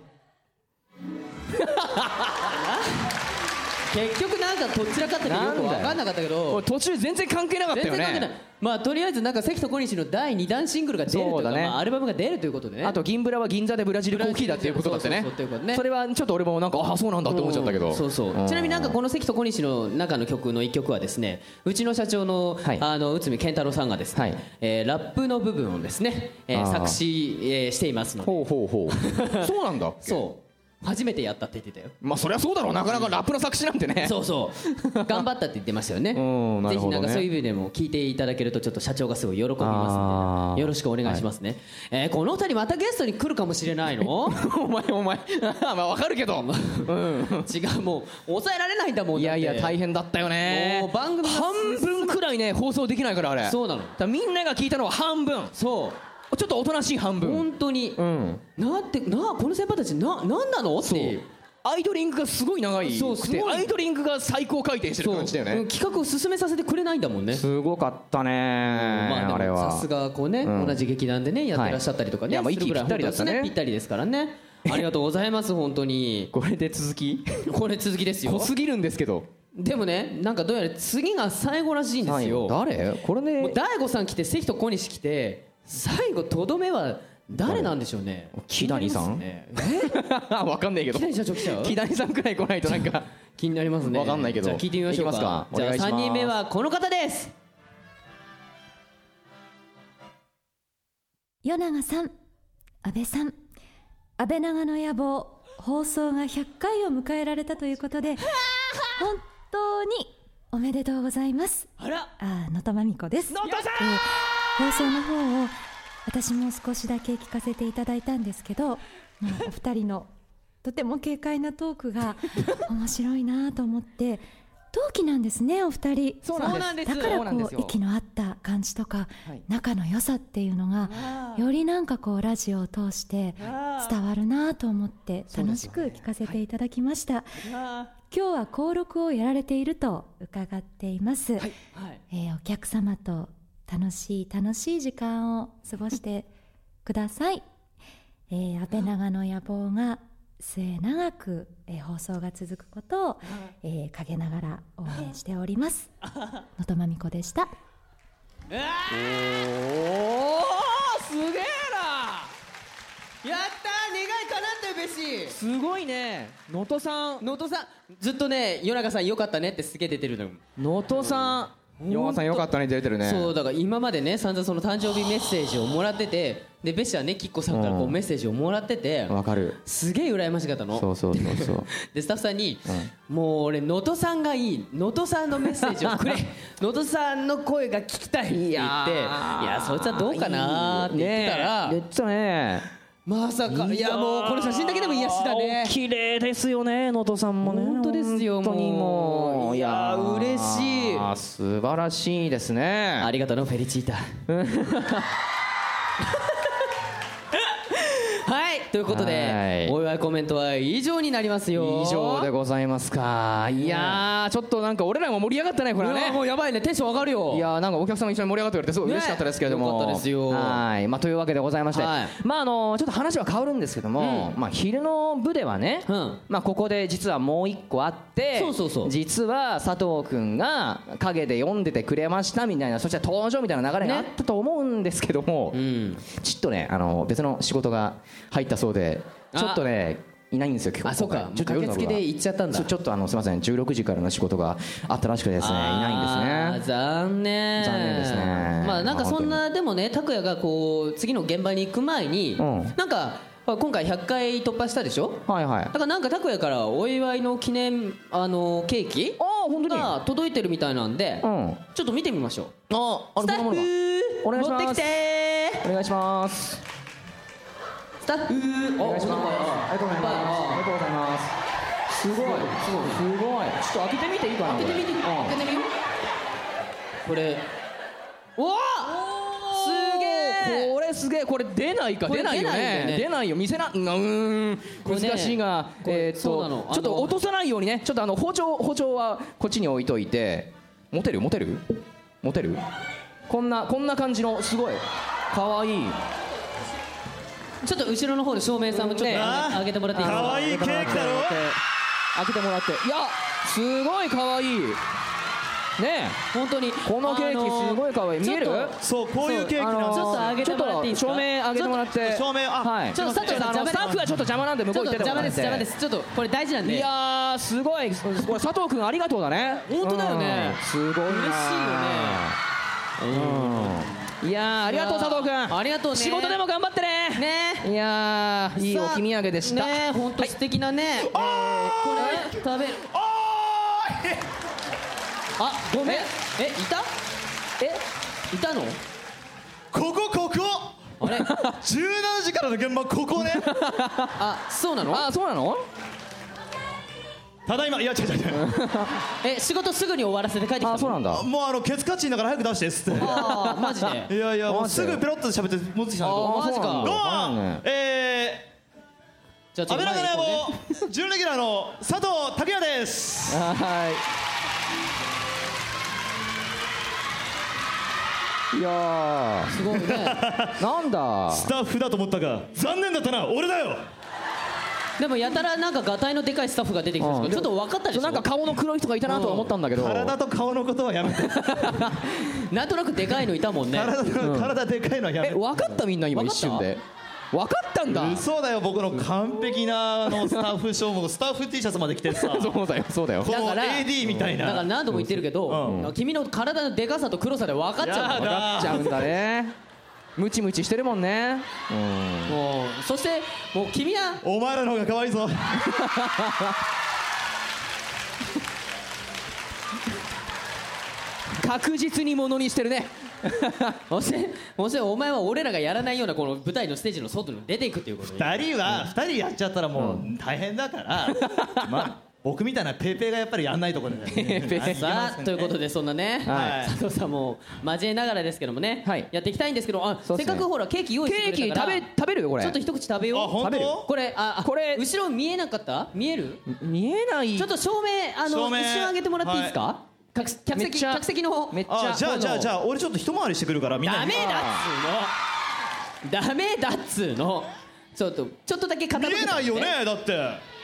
[SPEAKER 3] 結局なんかどちらかっててよく分かんなかったけど
[SPEAKER 4] これ途中全然関係なかった
[SPEAKER 3] 全
[SPEAKER 4] よ
[SPEAKER 3] 然関係ない
[SPEAKER 4] ね
[SPEAKER 3] まあとりあえずなんか関と小西の第2弾シングルが出ると
[SPEAKER 4] そ
[SPEAKER 3] いうう
[SPEAKER 4] だ
[SPEAKER 3] か
[SPEAKER 4] ね
[SPEAKER 3] まあアルバムが出るということでね
[SPEAKER 4] あと銀ブラは銀座でブラジルコーヒーだっていうことだってね
[SPEAKER 3] そうそうそうということね
[SPEAKER 4] それはちょっと俺もなんかあそうなんだって思っちゃったけど、
[SPEAKER 3] うんそうそう、ちなみになんかこの関と小西の中の曲の一曲はですねうちの社長の、
[SPEAKER 4] はい
[SPEAKER 3] あの内海健太郎さんがですね、
[SPEAKER 4] はい
[SPEAKER 3] えーラップの部分をですね、えー
[SPEAKER 4] あー
[SPEAKER 3] 作詞、えーしていますので
[SPEAKER 4] ほうほうほうそうなんだっけ
[SPEAKER 3] そう初めてやったって言ってたよ
[SPEAKER 4] まあそりゃそうだろうなかなかラップの作詞なんてね
[SPEAKER 3] そうそう 頑張ったって言ってましたよね
[SPEAKER 4] うんなる
[SPEAKER 3] ぜ
[SPEAKER 4] ほ
[SPEAKER 3] ひ
[SPEAKER 4] どね
[SPEAKER 3] なんかそういう意味でも聞いていただけるとちょっと社長がすごい喜びます
[SPEAKER 4] あ
[SPEAKER 3] の
[SPEAKER 4] ー
[SPEAKER 3] でよろしくお願いしますね、えーこのお二人またゲストに来るかもしれないの
[SPEAKER 4] お前お前まあわかるけど、うん、
[SPEAKER 3] 違うもう抑えられないんだもん
[SPEAKER 4] い
[SPEAKER 3] だっ
[SPEAKER 4] や
[SPEAKER 3] て
[SPEAKER 4] いや大変だったよね
[SPEAKER 3] もう番組が
[SPEAKER 4] 半分くらいね放送できないからあれ
[SPEAKER 3] そうなの
[SPEAKER 4] だからみんなが聞いたのは半分
[SPEAKER 3] そう
[SPEAKER 4] ちょっとおとなしい半分
[SPEAKER 3] 本当に、
[SPEAKER 4] うん
[SPEAKER 3] なんてなあこの先輩たちななんなのっていう
[SPEAKER 4] アイドリングがすごい長い
[SPEAKER 3] そう
[SPEAKER 4] く
[SPEAKER 3] す
[SPEAKER 4] て
[SPEAKER 3] ごい
[SPEAKER 4] アイドリングが最高回転してる感じだよ
[SPEAKER 3] う
[SPEAKER 4] ね
[SPEAKER 3] ん企画を進めさせてくれないんだもんね
[SPEAKER 4] すごかったね、
[SPEAKER 3] まあ
[SPEAKER 4] あ、
[SPEAKER 3] で
[SPEAKER 4] れ
[SPEAKER 3] も
[SPEAKER 4] は
[SPEAKER 3] さすがこうね、
[SPEAKER 4] うん
[SPEAKER 3] 同じ劇団でねやってらっしゃったりとか
[SPEAKER 4] はいい
[SPEAKER 3] ね、
[SPEAKER 4] やまあ
[SPEAKER 3] するぐらい
[SPEAKER 4] 息ぴったりだっ
[SPEAKER 3] 本当
[SPEAKER 4] たね
[SPEAKER 3] ですぴったりですからねありがとうございます本当に
[SPEAKER 4] これで続き
[SPEAKER 3] これ続きですよ
[SPEAKER 4] 濃すぎるんですけど
[SPEAKER 3] でもねなんかどうやら次が最後らしいんですよも
[SPEAKER 4] 誰これ
[SPEAKER 3] う
[SPEAKER 4] ね
[SPEAKER 3] 大悟さん来て関と小西来て最後とどめは誰なんでしょうね
[SPEAKER 4] 木谷さ
[SPEAKER 3] 気に
[SPEAKER 4] ん
[SPEAKER 3] なり
[SPEAKER 4] わかんないけど
[SPEAKER 3] 木谷社長来ちゃう
[SPEAKER 4] 木谷さんくらい来ないとなん か
[SPEAKER 3] ますね気になりますね
[SPEAKER 4] わかんないけど
[SPEAKER 3] じゃあ聞いてみましょう
[SPEAKER 4] いきま
[SPEAKER 3] か
[SPEAKER 4] すか
[SPEAKER 3] じゃ
[SPEAKER 4] お
[SPEAKER 3] あ
[SPEAKER 4] 願いします
[SPEAKER 3] 3人目はこの方です
[SPEAKER 11] 与永さん安倍さん安倍長の野望放送が100回を迎えられたということで本当におめでとうございます
[SPEAKER 3] あら
[SPEAKER 11] あー野田真美子です
[SPEAKER 3] 野田さん
[SPEAKER 11] えー放送の方を私も少しだけ聞かせていただいたんですけどもうお二人のとても軽快なトークが面白いなと思って同期なんですねお二人
[SPEAKER 4] そうなんです
[SPEAKER 11] だか
[SPEAKER 4] そ
[SPEAKER 11] ら
[SPEAKER 4] うなんで
[SPEAKER 11] こ
[SPEAKER 4] す
[SPEAKER 11] う
[SPEAKER 4] よ
[SPEAKER 11] 息の合った感じとか、
[SPEAKER 4] はい
[SPEAKER 11] 仲の良さっていうのがよりなんかこうラジオを通して伝わるなと思って楽しく聞かせていただきました、今日は登録をやられていると伺っています、
[SPEAKER 3] はい
[SPEAKER 11] えーお客様と楽しい楽しい時間を過ごしてください、えー安倍長の野望が末永く、えー放送が続くことを、えー陰ながら応援しております野戸真美子でした
[SPEAKER 3] おおすげえなやったー願い叶ったよべし
[SPEAKER 4] すごいね能登さん
[SPEAKER 3] 能登さんずっとね夜中さんよかったねってすげえ出てるのよ
[SPEAKER 4] 能登さんヨガさんよかったね出てるね
[SPEAKER 3] そうだから今までね散々その誕生日メッセージをもらっててでべしはねきっこさんからこ
[SPEAKER 4] う
[SPEAKER 3] うんメッセージをもらってて
[SPEAKER 4] わかる
[SPEAKER 3] すげえ羨ましかったの
[SPEAKER 4] そうそうそうそう
[SPEAKER 3] でスタッフさんに、もう俺能登さんがいい能登さんのメッセージをく れ能登さんの声が聞きたいって言っていやそいつはどうかなーって言ってたら
[SPEAKER 4] ねえ言ってたね
[SPEAKER 10] まさかいやもうこの写真だけでも癒やしだね
[SPEAKER 4] 綺麗ですよね能登さんもね
[SPEAKER 10] 本当ですよ
[SPEAKER 4] 本当にも
[SPEAKER 10] も
[SPEAKER 4] う
[SPEAKER 10] う
[SPEAKER 4] い
[SPEAKER 10] いや
[SPEAKER 4] やー
[SPEAKER 10] 嬉しい
[SPEAKER 4] あー素晴らしいですね
[SPEAKER 3] ありがとうのフェリチータはいということ
[SPEAKER 4] はい
[SPEAKER 3] でお祝いコメントは以上になりますよ
[SPEAKER 4] 以上でございますかいやーちょっとなんか俺らも盛り上がったねこれは
[SPEAKER 3] うわ
[SPEAKER 4] ね
[SPEAKER 3] もうやばいねテンション上がるよ
[SPEAKER 4] いやーなんかお客様一緒に盛り上がってくれてすごい嬉しかったですけれども、
[SPEAKER 3] ねよかったですよ
[SPEAKER 4] はい、まあ、というわけでございまして、
[SPEAKER 3] はい
[SPEAKER 4] まああのちょっと話は変わるんですけども、まあ、昼の部ではね、
[SPEAKER 3] うん
[SPEAKER 4] まあ、ここで実はもう一個あって
[SPEAKER 3] そうそうそう
[SPEAKER 4] 実は佐藤君が陰で読んでてくれましたみたいなそして登場みたいな流れがあったと思うんですけども、
[SPEAKER 3] うん
[SPEAKER 4] ちょっとねあの別の仕事が入ったそうで
[SPEAKER 3] あ
[SPEAKER 4] ちょっとねいないんですよ今日
[SPEAKER 3] あそうか
[SPEAKER 4] ちょっと
[SPEAKER 3] もう駆けつけで行っちゃったんだ
[SPEAKER 4] そうちょっとあのすみません16時からの仕事があったらしくてですねいないんですね
[SPEAKER 3] あー残念
[SPEAKER 4] 残念ですね
[SPEAKER 3] まあなんかそんなでもね拓哉がこう次の現場に行く前に、
[SPEAKER 4] うん
[SPEAKER 3] なんかあ今回100回突破したでしょ
[SPEAKER 4] はいはい
[SPEAKER 3] だからなんか拓哉からお祝いの記念あのケーキが届いてるみたいなんで、
[SPEAKER 4] ん
[SPEAKER 3] ちょっと見てみましょう
[SPEAKER 4] ああ
[SPEAKER 3] スタッフ
[SPEAKER 4] お願いし
[SPEAKER 3] 持
[SPEAKER 4] ま
[SPEAKER 3] っ
[SPEAKER 4] す
[SPEAKER 3] てきて
[SPEAKER 4] お願いします
[SPEAKER 3] スタッフお
[SPEAKER 4] お願いしますありがとうございますありがとうございますすごいすごいすごいちょっと開けてみていいかな
[SPEAKER 3] 開けてみて
[SPEAKER 4] これ
[SPEAKER 3] 開けてみようこれうわすげえ
[SPEAKER 4] これすげえこれ出ないか
[SPEAKER 3] こ
[SPEAKER 4] 出
[SPEAKER 3] れ
[SPEAKER 4] ない
[SPEAKER 3] 出
[SPEAKER 4] よ
[SPEAKER 3] ないんだ
[SPEAKER 4] ね
[SPEAKER 3] よね
[SPEAKER 4] 出ないよ見せなうーん
[SPEAKER 3] これね
[SPEAKER 4] 難しいが
[SPEAKER 3] これ
[SPEAKER 4] えーっ
[SPEAKER 3] そうなの
[SPEAKER 4] と
[SPEAKER 3] あの
[SPEAKER 4] ちょっと落とさないようにねちょっとあの包丁包丁はこっちに置いといて持てる持てる持てるこんなこんな感じのすごい可愛い
[SPEAKER 3] ちょっと後ろの方で照明さんもちょっとあげあげてもらっていいですか
[SPEAKER 9] 可愛いケーキだろ
[SPEAKER 4] 開けてもらっていやすごい可愛いねえ
[SPEAKER 3] 本当に
[SPEAKER 4] このケーキすごい可愛い見える
[SPEAKER 3] ちょっと
[SPEAKER 9] そうこういうケーキ
[SPEAKER 4] あ
[SPEAKER 9] なん
[SPEAKER 4] の
[SPEAKER 9] です
[SPEAKER 3] ちょっと上げてもらっていいですか
[SPEAKER 4] ちょっと照明上げてもらって
[SPEAKER 9] 照明あ
[SPEAKER 4] はい
[SPEAKER 3] ちょっと佐藤さん
[SPEAKER 4] あの
[SPEAKER 3] 邪魔
[SPEAKER 4] スタッフがちょっと邪魔なんで向
[SPEAKER 3] ち
[SPEAKER 4] こ
[SPEAKER 3] ょっ
[SPEAKER 4] う行
[SPEAKER 3] と
[SPEAKER 4] ってて
[SPEAKER 3] 邪
[SPEAKER 4] も
[SPEAKER 3] 魔
[SPEAKER 4] ら
[SPEAKER 3] で
[SPEAKER 4] っ
[SPEAKER 3] す
[SPEAKER 4] て
[SPEAKER 3] 邪魔ですちょっとこれ大事なん
[SPEAKER 4] い
[SPEAKER 3] で
[SPEAKER 4] やーすごいこれ佐藤君ありがとうだね
[SPEAKER 3] 本当だよね
[SPEAKER 4] うんすごいな
[SPEAKER 3] 嬉し
[SPEAKER 4] いよねうんいやーありがとう佐藤君
[SPEAKER 3] ありがとうね
[SPEAKER 4] 仕事でも頑張ってね
[SPEAKER 3] ね
[SPEAKER 4] いやーいいお
[SPEAKER 3] さあ
[SPEAKER 4] 気見上げでした
[SPEAKER 3] ね本当素敵なねこれ食べるあごめんえいたえいたの
[SPEAKER 9] ここここ
[SPEAKER 3] あ れ
[SPEAKER 9] 17時からの現場ここね
[SPEAKER 3] あそうなの
[SPEAKER 4] あそうなの
[SPEAKER 9] ただいまいや違う違う違う
[SPEAKER 3] え仕事すぐに終わらせて帰ってきたの
[SPEAKER 4] あそうなんだ
[SPEAKER 9] もうあのケツカチンだから早く出してっつって
[SPEAKER 3] あ ーマジで
[SPEAKER 9] いやいやもう
[SPEAKER 4] マジです
[SPEAKER 9] ぐペロッと喋って持ってきたんだけど
[SPEAKER 3] マジか
[SPEAKER 9] どうも
[SPEAKER 4] そうなんだ
[SPEAKER 9] え
[SPEAKER 3] じゃ
[SPEAKER 9] ー、
[SPEAKER 3] あちょ
[SPEAKER 9] 安倍
[SPEAKER 3] っと前
[SPEAKER 9] 長野
[SPEAKER 3] 行こうね
[SPEAKER 9] 野望準レギュラーの佐藤拓也です
[SPEAKER 4] はいいや
[SPEAKER 3] すごいね
[SPEAKER 4] ーなんだ
[SPEAKER 9] スタッフだと思ったが残念だったな俺だよ
[SPEAKER 3] でもやたらなんかガタイのでかいスタッフが出てきたんですけどちょっと分かったでしょ
[SPEAKER 4] なんか顔の黒い人がいたなとは思ったんだけど
[SPEAKER 9] 体と顔のことはやめて
[SPEAKER 3] なんとなくでかいのいたもんね
[SPEAKER 9] 体と体でかいのはやめ
[SPEAKER 4] え
[SPEAKER 9] て
[SPEAKER 4] 分かったみんな今
[SPEAKER 3] 分
[SPEAKER 4] 一
[SPEAKER 3] かった
[SPEAKER 4] 瞬で分かったんだ
[SPEAKER 9] 嘘だよ僕の完璧なあのスタッフショーもスタッフ T シャツまで着てさ こ
[SPEAKER 4] そうだよそうだよ
[SPEAKER 9] の
[SPEAKER 3] だから
[SPEAKER 9] AD みたい
[SPEAKER 3] だから
[SPEAKER 9] な
[SPEAKER 3] 何度も言ってるけど、君の体のでかさと黒さで分かっちゃう
[SPEAKER 9] や
[SPEAKER 3] の
[SPEAKER 9] だ
[SPEAKER 4] 分かっちゃうんだねムチムチしてるもんねうん
[SPEAKER 3] もうそしてもう君は
[SPEAKER 9] お前らの方が可愛いぞ
[SPEAKER 4] 確実にものにして るね
[SPEAKER 3] そしてそしてお前は俺らがやらないようなこの舞台のステージの外に出ていくっていうことに
[SPEAKER 9] 2人は2人やっちゃったらもう大変だ から、まあ僕みたいなペーペーがやっぱりやんないところで、ね、
[SPEAKER 3] さあということでそんなね、
[SPEAKER 9] はい
[SPEAKER 3] 佐藤さんも交えながらですけどもね、
[SPEAKER 4] はい
[SPEAKER 3] やっていきたいんですけどあ、
[SPEAKER 4] そうっ
[SPEAKER 3] せ
[SPEAKER 4] す
[SPEAKER 3] っ
[SPEAKER 4] ね
[SPEAKER 3] かくほらケーキ用意
[SPEAKER 4] ケ
[SPEAKER 3] して
[SPEAKER 4] ー
[SPEAKER 3] くれ
[SPEAKER 4] キ
[SPEAKER 3] たか
[SPEAKER 4] 食
[SPEAKER 3] ら
[SPEAKER 4] べ食べるよこれ
[SPEAKER 3] ちょっと一口食べよう
[SPEAKER 9] あ本
[SPEAKER 4] べる
[SPEAKER 9] 当
[SPEAKER 3] これああ
[SPEAKER 4] これ
[SPEAKER 3] 後ろ見えなかった見える
[SPEAKER 4] 見えない
[SPEAKER 3] ちょっと照明あの
[SPEAKER 9] 照明
[SPEAKER 3] 一瞬上げてもらっていいですか、客席客
[SPEAKER 4] めっ
[SPEAKER 3] 席
[SPEAKER 4] ちゃ
[SPEAKER 3] 客席の方
[SPEAKER 4] めっち
[SPEAKER 9] あじゃあじゃあじゃあ俺ちょっと一回りしてくるからみんな
[SPEAKER 3] ダメだっつーのダメだっつーのちょっとちょっとだけ傾け
[SPEAKER 9] 見
[SPEAKER 3] て
[SPEAKER 9] えないよねだって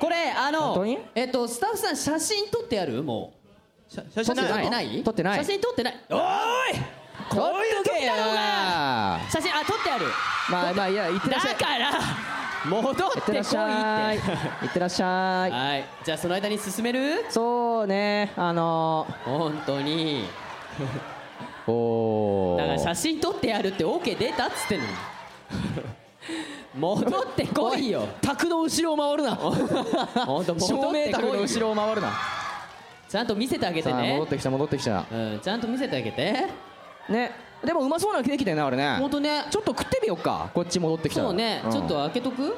[SPEAKER 3] これあ
[SPEAKER 4] 本当に
[SPEAKER 3] のえっとスタッフさん写真撮ってあるもう
[SPEAKER 9] 写写
[SPEAKER 3] 撮
[SPEAKER 9] 真ない
[SPEAKER 3] って
[SPEAKER 9] の
[SPEAKER 3] ない
[SPEAKER 4] 撮ってない
[SPEAKER 3] 写真撮ってないおーい
[SPEAKER 4] こういう時だ
[SPEAKER 3] 写真あ撮ってある
[SPEAKER 4] まあまあいやいってら
[SPEAKER 3] だ
[SPEAKER 4] っしゃい
[SPEAKER 3] から戻ってこい
[SPEAKER 4] いっ
[SPEAKER 3] って
[SPEAKER 4] らっしゃい
[SPEAKER 3] て
[SPEAKER 4] いってらっしゃい
[SPEAKER 3] はいじゃあその間に進める
[SPEAKER 4] そうねあの
[SPEAKER 3] 本当に
[SPEAKER 4] ーお
[SPEAKER 3] だから
[SPEAKER 4] ー
[SPEAKER 3] 写真撮ってやるって OK 出たっつって んのに戻ってこいよ
[SPEAKER 4] 卓の後ろを回 るな
[SPEAKER 3] ほんと戻ってこいよ
[SPEAKER 4] 照明卓の後ろを回るな
[SPEAKER 3] ちゃんと見せてあげて
[SPEAKER 4] さあ戻
[SPEAKER 3] ね
[SPEAKER 4] ってきた戻ってきた
[SPEAKER 3] うんちゃんと見せてあげて
[SPEAKER 4] ねでもうまそうなケーキだよねあれね
[SPEAKER 3] 本当ね
[SPEAKER 4] ちょっと食ってみようかこっち戻ってきたら
[SPEAKER 3] そうね、
[SPEAKER 4] ん
[SPEAKER 3] ちょっと開けとく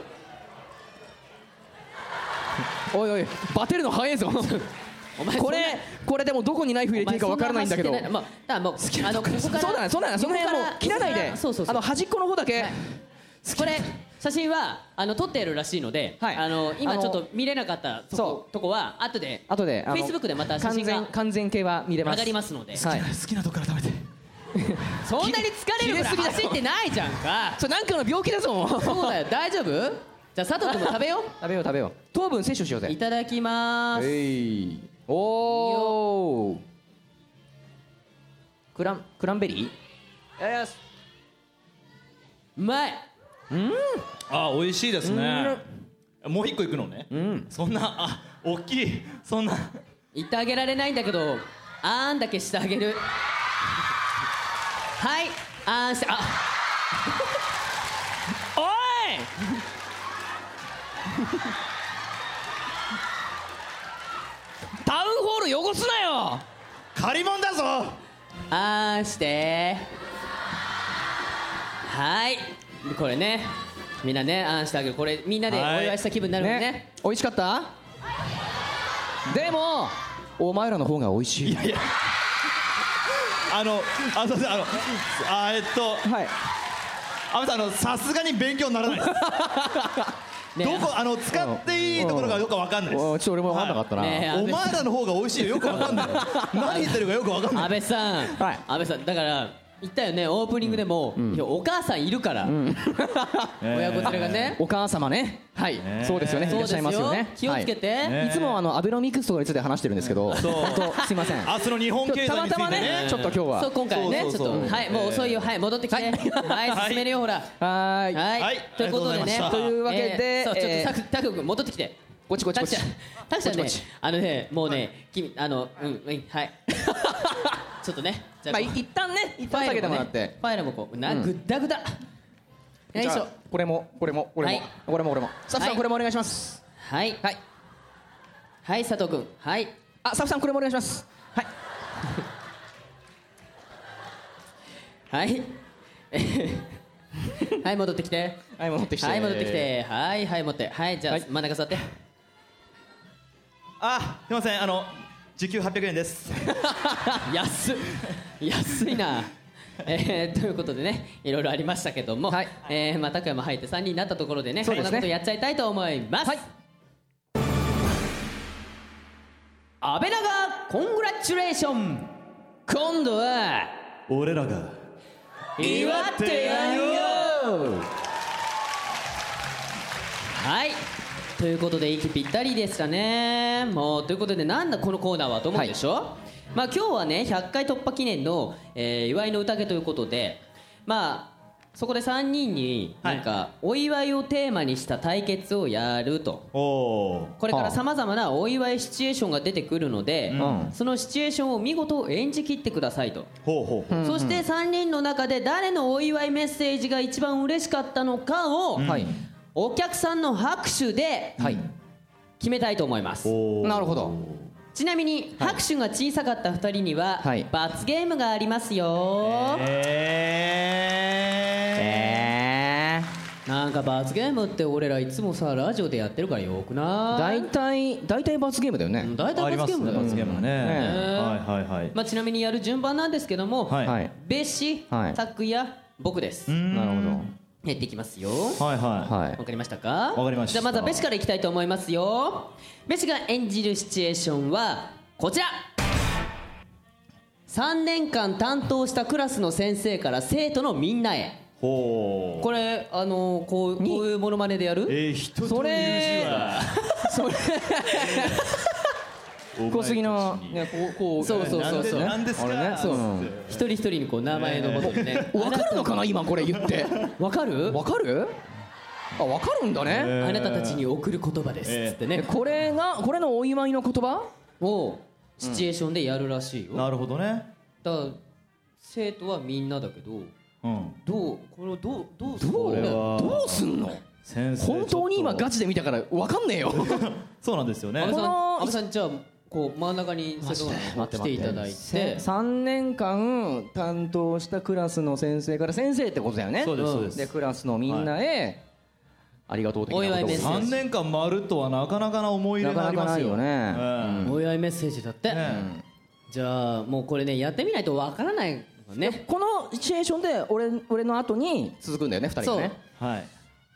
[SPEAKER 4] おいおいバテるの早いぞ
[SPEAKER 3] お前
[SPEAKER 4] これこれでもどこにナイフ入れていいか分からないんだけど
[SPEAKER 3] お前そんな走ってないまあ、だからもうあのここから
[SPEAKER 4] そうだねそうだねその辺もう切らないで
[SPEAKER 3] そうそうそう
[SPEAKER 4] あの端っこの方だけ、
[SPEAKER 3] これ写真はあの撮ってるらしいので、あの
[SPEAKER 4] あ
[SPEAKER 3] 今
[SPEAKER 4] の
[SPEAKER 3] ちょっと見れなかったとことこは後で
[SPEAKER 4] 後であの
[SPEAKER 3] Facebook でまた写
[SPEAKER 4] 完
[SPEAKER 3] 真
[SPEAKER 4] 全
[SPEAKER 3] が
[SPEAKER 4] 完全系は見れます
[SPEAKER 3] 上がりますので
[SPEAKER 4] はい、
[SPEAKER 9] 好きなとこから食べて
[SPEAKER 3] そんなに疲れるから
[SPEAKER 4] 切れ切れすぎだろ
[SPEAKER 3] 走ってないじゃんか
[SPEAKER 4] それなんかの病気だ ぞもう
[SPEAKER 3] そう だよ大丈夫じゃあ佐藤君も食べよ
[SPEAKER 4] 食べよう食べよう糖分摂取しよう
[SPEAKER 3] うい
[SPEAKER 4] ぜ
[SPEAKER 3] ただきまーす
[SPEAKER 4] えいおおクランクランベリーよし
[SPEAKER 3] うまい
[SPEAKER 9] あ美味しいですねもう一個いくのね
[SPEAKER 4] うん
[SPEAKER 9] そんなあ大きいそんな
[SPEAKER 3] 言ってあげられないんだけどあーんだけしてあげる はいあーんしてあ
[SPEAKER 9] おい
[SPEAKER 4] タウンホール汚すなよ
[SPEAKER 9] 借りもんだぞ
[SPEAKER 3] あーんしてはいこれねみんなねあーんしてあげるこれみんなでお祝いした気分になるもんね
[SPEAKER 4] ね美味しかったでもお前らの方が美味しい
[SPEAKER 9] あのあそうそうあのあえっと
[SPEAKER 4] はい
[SPEAKER 9] 阿部さんあのさすがに勉強にならないです
[SPEAKER 3] ね
[SPEAKER 9] どこあの使っていいところがどうかわかんないです
[SPEAKER 4] おちょっと俺も分かんなかったな、
[SPEAKER 3] はいねえ
[SPEAKER 9] お前らの方が美味しいよよくわかんない何言ってるかよくわかんない
[SPEAKER 3] 安倍さん、
[SPEAKER 4] はい
[SPEAKER 3] 安倍さんだから言ったよねオープニングでも、いやお母さんいるから、 親子連れがね、
[SPEAKER 4] お母様ねはい、
[SPEAKER 9] ね
[SPEAKER 4] そうですよねい
[SPEAKER 3] そう
[SPEAKER 4] ら
[SPEAKER 3] で
[SPEAKER 4] っしゃ
[SPEAKER 3] すよ
[SPEAKER 4] いますよね
[SPEAKER 3] 気をつけて、
[SPEAKER 4] はい
[SPEAKER 9] ね
[SPEAKER 4] いつもあのアベノミクスとかについて話してるんですけど、
[SPEAKER 9] そう
[SPEAKER 4] 本当すいません。
[SPEAKER 9] 明日の日本経済についてね
[SPEAKER 4] たまたまね、ちょっと今日
[SPEAKER 3] そう
[SPEAKER 4] は。
[SPEAKER 3] 今回ね
[SPEAKER 9] そうそうそう
[SPEAKER 3] ちょっとはいもう遅いよはい戻ってきてはい、進めるよほらは
[SPEAKER 4] はー
[SPEAKER 3] い、
[SPEAKER 4] い。
[SPEAKER 9] はい
[SPEAKER 3] ということでね
[SPEAKER 9] ありがとう
[SPEAKER 4] ございました
[SPEAKER 3] えーそうちょ
[SPEAKER 4] えー
[SPEAKER 3] っとタクタク君戻ってきて
[SPEAKER 4] こっちこっち
[SPEAKER 3] タ
[SPEAKER 4] こ
[SPEAKER 3] ク
[SPEAKER 4] っ
[SPEAKER 3] ち
[SPEAKER 4] ち
[SPEAKER 3] ゃん。タクちゃんね
[SPEAKER 4] こっちこっち
[SPEAKER 3] あのねもうね君あのうんうんはい ちょっとねじ
[SPEAKER 4] まあい一旦ね、一旦下げてもらって。
[SPEAKER 3] ファイルもこうな
[SPEAKER 4] うん
[SPEAKER 3] ぐったぐだよいし
[SPEAKER 4] じゃ
[SPEAKER 3] ょ
[SPEAKER 4] あこれもこれもこれ
[SPEAKER 3] は
[SPEAKER 4] も
[SPEAKER 3] い
[SPEAKER 4] これもこれも。スタッフ
[SPEAKER 3] は
[SPEAKER 4] さ
[SPEAKER 3] い
[SPEAKER 4] んこれもお願いします。
[SPEAKER 3] はい
[SPEAKER 4] はい。
[SPEAKER 3] はい佐藤君はい
[SPEAKER 4] あ、スタッフさんこれもお願いします。はい。
[SPEAKER 3] はいえへへはい戻ってきて
[SPEAKER 4] はい戻ってきて。
[SPEAKER 3] はい戻ってき。てはいはい持ってはいじゃあ真ん中座って
[SPEAKER 9] あすいませんあの時給800円です
[SPEAKER 3] 安っ安いなえー、ということでねいろいろありましたけども、
[SPEAKER 4] はい
[SPEAKER 3] えーまあ、拓也も入って3人になったところでね
[SPEAKER 4] そうです
[SPEAKER 3] こ
[SPEAKER 4] ね
[SPEAKER 3] んなことやっちゃいたいと思います、安倍長コングラチュレーション今度は
[SPEAKER 9] 俺らが
[SPEAKER 3] 祝ってやるよはいということで息ぴったりでしたねもうということでなんだこのコーナーはと思うでしょ、まあ今日はね100回突破記念の、えー祝いの宴ということでまあそこで3人になんかお祝いをテーマにした対決をやると
[SPEAKER 9] おお
[SPEAKER 3] これから
[SPEAKER 4] はあ
[SPEAKER 3] さまざまなお祝いシチュエーションが出てくるので、
[SPEAKER 4] ん
[SPEAKER 3] そのシチュエーションを見事演じきってくださいと
[SPEAKER 9] ほうほうほう
[SPEAKER 3] そして3人の中で誰のお祝いメッセージが一番嬉しかったのかを、
[SPEAKER 4] はい。
[SPEAKER 3] お客さんの拍手で
[SPEAKER 4] はい。
[SPEAKER 3] 決めたいと思います、
[SPEAKER 9] おー
[SPEAKER 4] なるほど。
[SPEAKER 3] ちなみに拍手が小さかった2人には、
[SPEAKER 4] はい
[SPEAKER 3] 罰ゲームがありますよ、
[SPEAKER 4] ええ。
[SPEAKER 3] なんか罰ゲームって俺らいつもさラジオでやってるからよくな
[SPEAKER 4] 大
[SPEAKER 3] い
[SPEAKER 4] 体大体罰ゲームだよね。
[SPEAKER 3] 大
[SPEAKER 9] あ
[SPEAKER 3] 体
[SPEAKER 9] りま
[SPEAKER 3] 罰
[SPEAKER 9] す
[SPEAKER 3] ゲーム
[SPEAKER 9] ね
[SPEAKER 3] だよ、
[SPEAKER 9] 罰ゲームはね
[SPEAKER 4] ね
[SPEAKER 9] はいはいはい
[SPEAKER 3] まあ、ちなみにやる順番なんですけども、
[SPEAKER 9] はい
[SPEAKER 4] はい。
[SPEAKER 3] 別紙、
[SPEAKER 4] はい
[SPEAKER 3] 拓也僕です
[SPEAKER 9] うーん
[SPEAKER 4] なる
[SPEAKER 3] やっていきますよ
[SPEAKER 9] はいはい
[SPEAKER 4] はい
[SPEAKER 3] わ。かりましたか
[SPEAKER 9] わかりました
[SPEAKER 3] じゃあまずはベシからいきたいと思いますよベシが演じるシチュエーションはこちら3年間担当したクラスの先生から生徒のみんなへ
[SPEAKER 9] ほう
[SPEAKER 3] これあのこうこういうモノマネでやる
[SPEAKER 9] えー、人
[SPEAKER 4] そ
[SPEAKER 9] と
[SPEAKER 4] れ
[SPEAKER 9] いう字は
[SPEAKER 4] それ
[SPEAKER 9] お前
[SPEAKER 4] 小杉のねこうこう
[SPEAKER 3] そうそうそうそう
[SPEAKER 9] なんでなんですか
[SPEAKER 4] あれねそう
[SPEAKER 3] 一人一人にこう名前のこと でね
[SPEAKER 4] わかるのかな今これ言って
[SPEAKER 3] わかる
[SPEAKER 4] わかるあわかるんだね、
[SPEAKER 3] あなたたちに送る言葉です
[SPEAKER 9] えー
[SPEAKER 3] つってね
[SPEAKER 4] これがこれのお祝いの言葉
[SPEAKER 3] をシチュエーションでやるらしいよだか
[SPEAKER 9] なるほどね
[SPEAKER 3] ら生徒はみんなだけど
[SPEAKER 9] うん
[SPEAKER 3] どうこれをどうどう
[SPEAKER 4] ど
[SPEAKER 9] こ
[SPEAKER 4] う
[SPEAKER 9] れは
[SPEAKER 4] どうすんの
[SPEAKER 9] 先生
[SPEAKER 4] 本当に今
[SPEAKER 9] ちょっ
[SPEAKER 4] ガチで見たからわかんねえよ
[SPEAKER 9] とそうなんですよ
[SPEAKER 3] 安
[SPEAKER 9] ね
[SPEAKER 3] 倍さん
[SPEAKER 4] この
[SPEAKER 3] 安倍さんじゃあこう真ん中に瀬戸川
[SPEAKER 4] ま して
[SPEAKER 3] 来ていただいて
[SPEAKER 4] 3年間担当したクラスの先生から先生ってことだよね
[SPEAKER 9] そうですそうです
[SPEAKER 4] クラスのみんなへ、ありがとう的なことを
[SPEAKER 9] 3年間まるっとはなかなかな思い入れがありますよ
[SPEAKER 4] なかなか
[SPEAKER 9] ね、
[SPEAKER 3] お祝いメッセージだって、じゃあもうこれねやってみないとわからないね
[SPEAKER 4] このシチュエーションで俺俺の後に続くんだよね2人がね
[SPEAKER 9] はい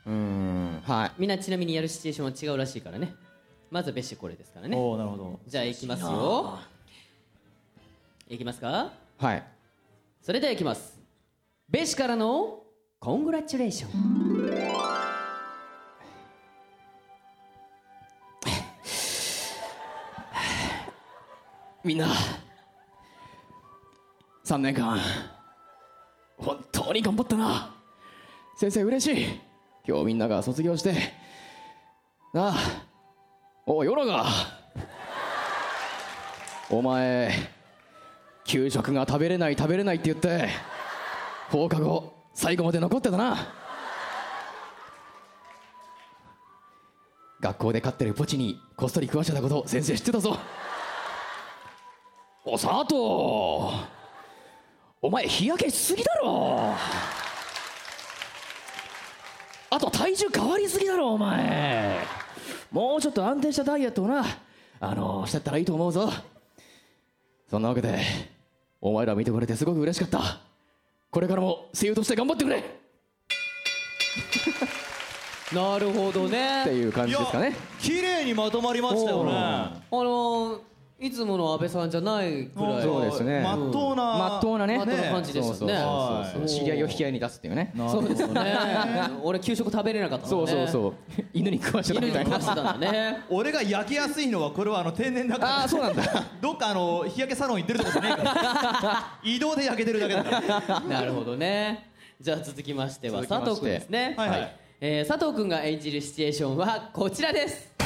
[SPEAKER 4] うんはい
[SPEAKER 3] みんなちなみにやるシチュエーションは違うらしいからねまず別紙これですからね
[SPEAKER 9] おおなるほど
[SPEAKER 3] じゃあいきますよいきますか
[SPEAKER 4] はい
[SPEAKER 3] それではいきますベシからのコングラチュレーション
[SPEAKER 4] みんな3年間本当に頑張ったな先生嬉しい今日みんなが卒業してなあおいヨロがお前給食が食べれない食べれないって言って放課後最後まで残ってたな学校で飼ってるポチにこっそり食わしてたこと先生知ってたぞお佐藤お前日焼けしすぎだろあと体重変わりすぎだろお前もうちょっと安定したダイエットをなあのしてったらいいと思うぞそんなわけでお前ら見てくれてすごく嬉しかったこれからも声優として頑張ってくれ
[SPEAKER 3] なるほどね
[SPEAKER 4] っていう感じですかね
[SPEAKER 9] 綺麗にまとまりましたよね
[SPEAKER 3] あのーいつもの安倍さんじゃないくらい
[SPEAKER 4] そうですね
[SPEAKER 9] まっとうな
[SPEAKER 4] まっとうなね
[SPEAKER 3] まっとうな感じでしたね
[SPEAKER 4] そうそうそうそう知り合いを引き合いに出すっていうね
[SPEAKER 3] そうですね 俺給食食べれなかった
[SPEAKER 4] そ
[SPEAKER 3] もん
[SPEAKER 4] う
[SPEAKER 3] ね
[SPEAKER 4] そうそう犬に食わしてたみたいな
[SPEAKER 3] 犬に食わせたんだ ね
[SPEAKER 9] 俺が焼けやすいのはこれはあの天然だから
[SPEAKER 4] あーそうなんだ
[SPEAKER 9] どっかあの日焼けサロン行ってるとこじゃねえから 移動で焼けてるだけだから
[SPEAKER 3] なるほどねじゃあ続きましては
[SPEAKER 9] 続きまして
[SPEAKER 3] 佐藤君ですね
[SPEAKER 9] はいはい
[SPEAKER 3] えー佐藤君が演じるシチュエーションはこちらです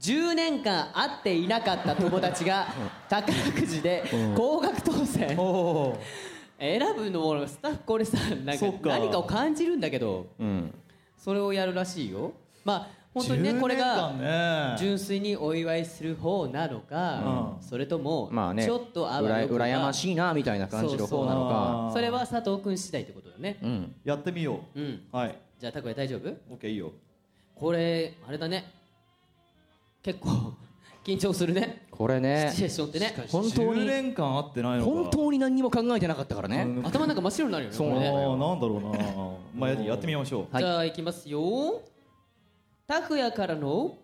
[SPEAKER 3] 10年間会っていなかった友達が宝くじで高額当選選ぶのもスタッフこれさなんか
[SPEAKER 9] そっか
[SPEAKER 3] 何かを感じるんだけど
[SPEAKER 4] うん
[SPEAKER 3] それをやるらしいよまあ本当にねこれ
[SPEAKER 9] 10
[SPEAKER 3] が
[SPEAKER 9] 年間ね
[SPEAKER 3] 純粋にお祝いする方なのか、それとも
[SPEAKER 4] まあね
[SPEAKER 3] ちょっとあ
[SPEAKER 4] う
[SPEAKER 3] わ
[SPEAKER 4] ら
[SPEAKER 3] よくば
[SPEAKER 4] 羨ましいなみたいな感じの方なのか
[SPEAKER 3] それは佐藤君次第ってことだよね
[SPEAKER 4] うん
[SPEAKER 9] やってみよ
[SPEAKER 3] うん
[SPEAKER 9] うはい
[SPEAKER 3] じゃあたこや大丈夫
[SPEAKER 9] OK いいよ
[SPEAKER 3] これあれだね結構 緊張するね
[SPEAKER 4] これね
[SPEAKER 3] シチュエーションってね
[SPEAKER 4] 本当
[SPEAKER 9] 10
[SPEAKER 4] に
[SPEAKER 9] 年間会ってないのか
[SPEAKER 4] 本当に何にも考えてなかったからね
[SPEAKER 3] 頭の中真っ白になるよね
[SPEAKER 4] そう
[SPEAKER 3] これね
[SPEAKER 9] あーなんだろうなまあややってみましょう
[SPEAKER 3] じゃあいきますよたくやからの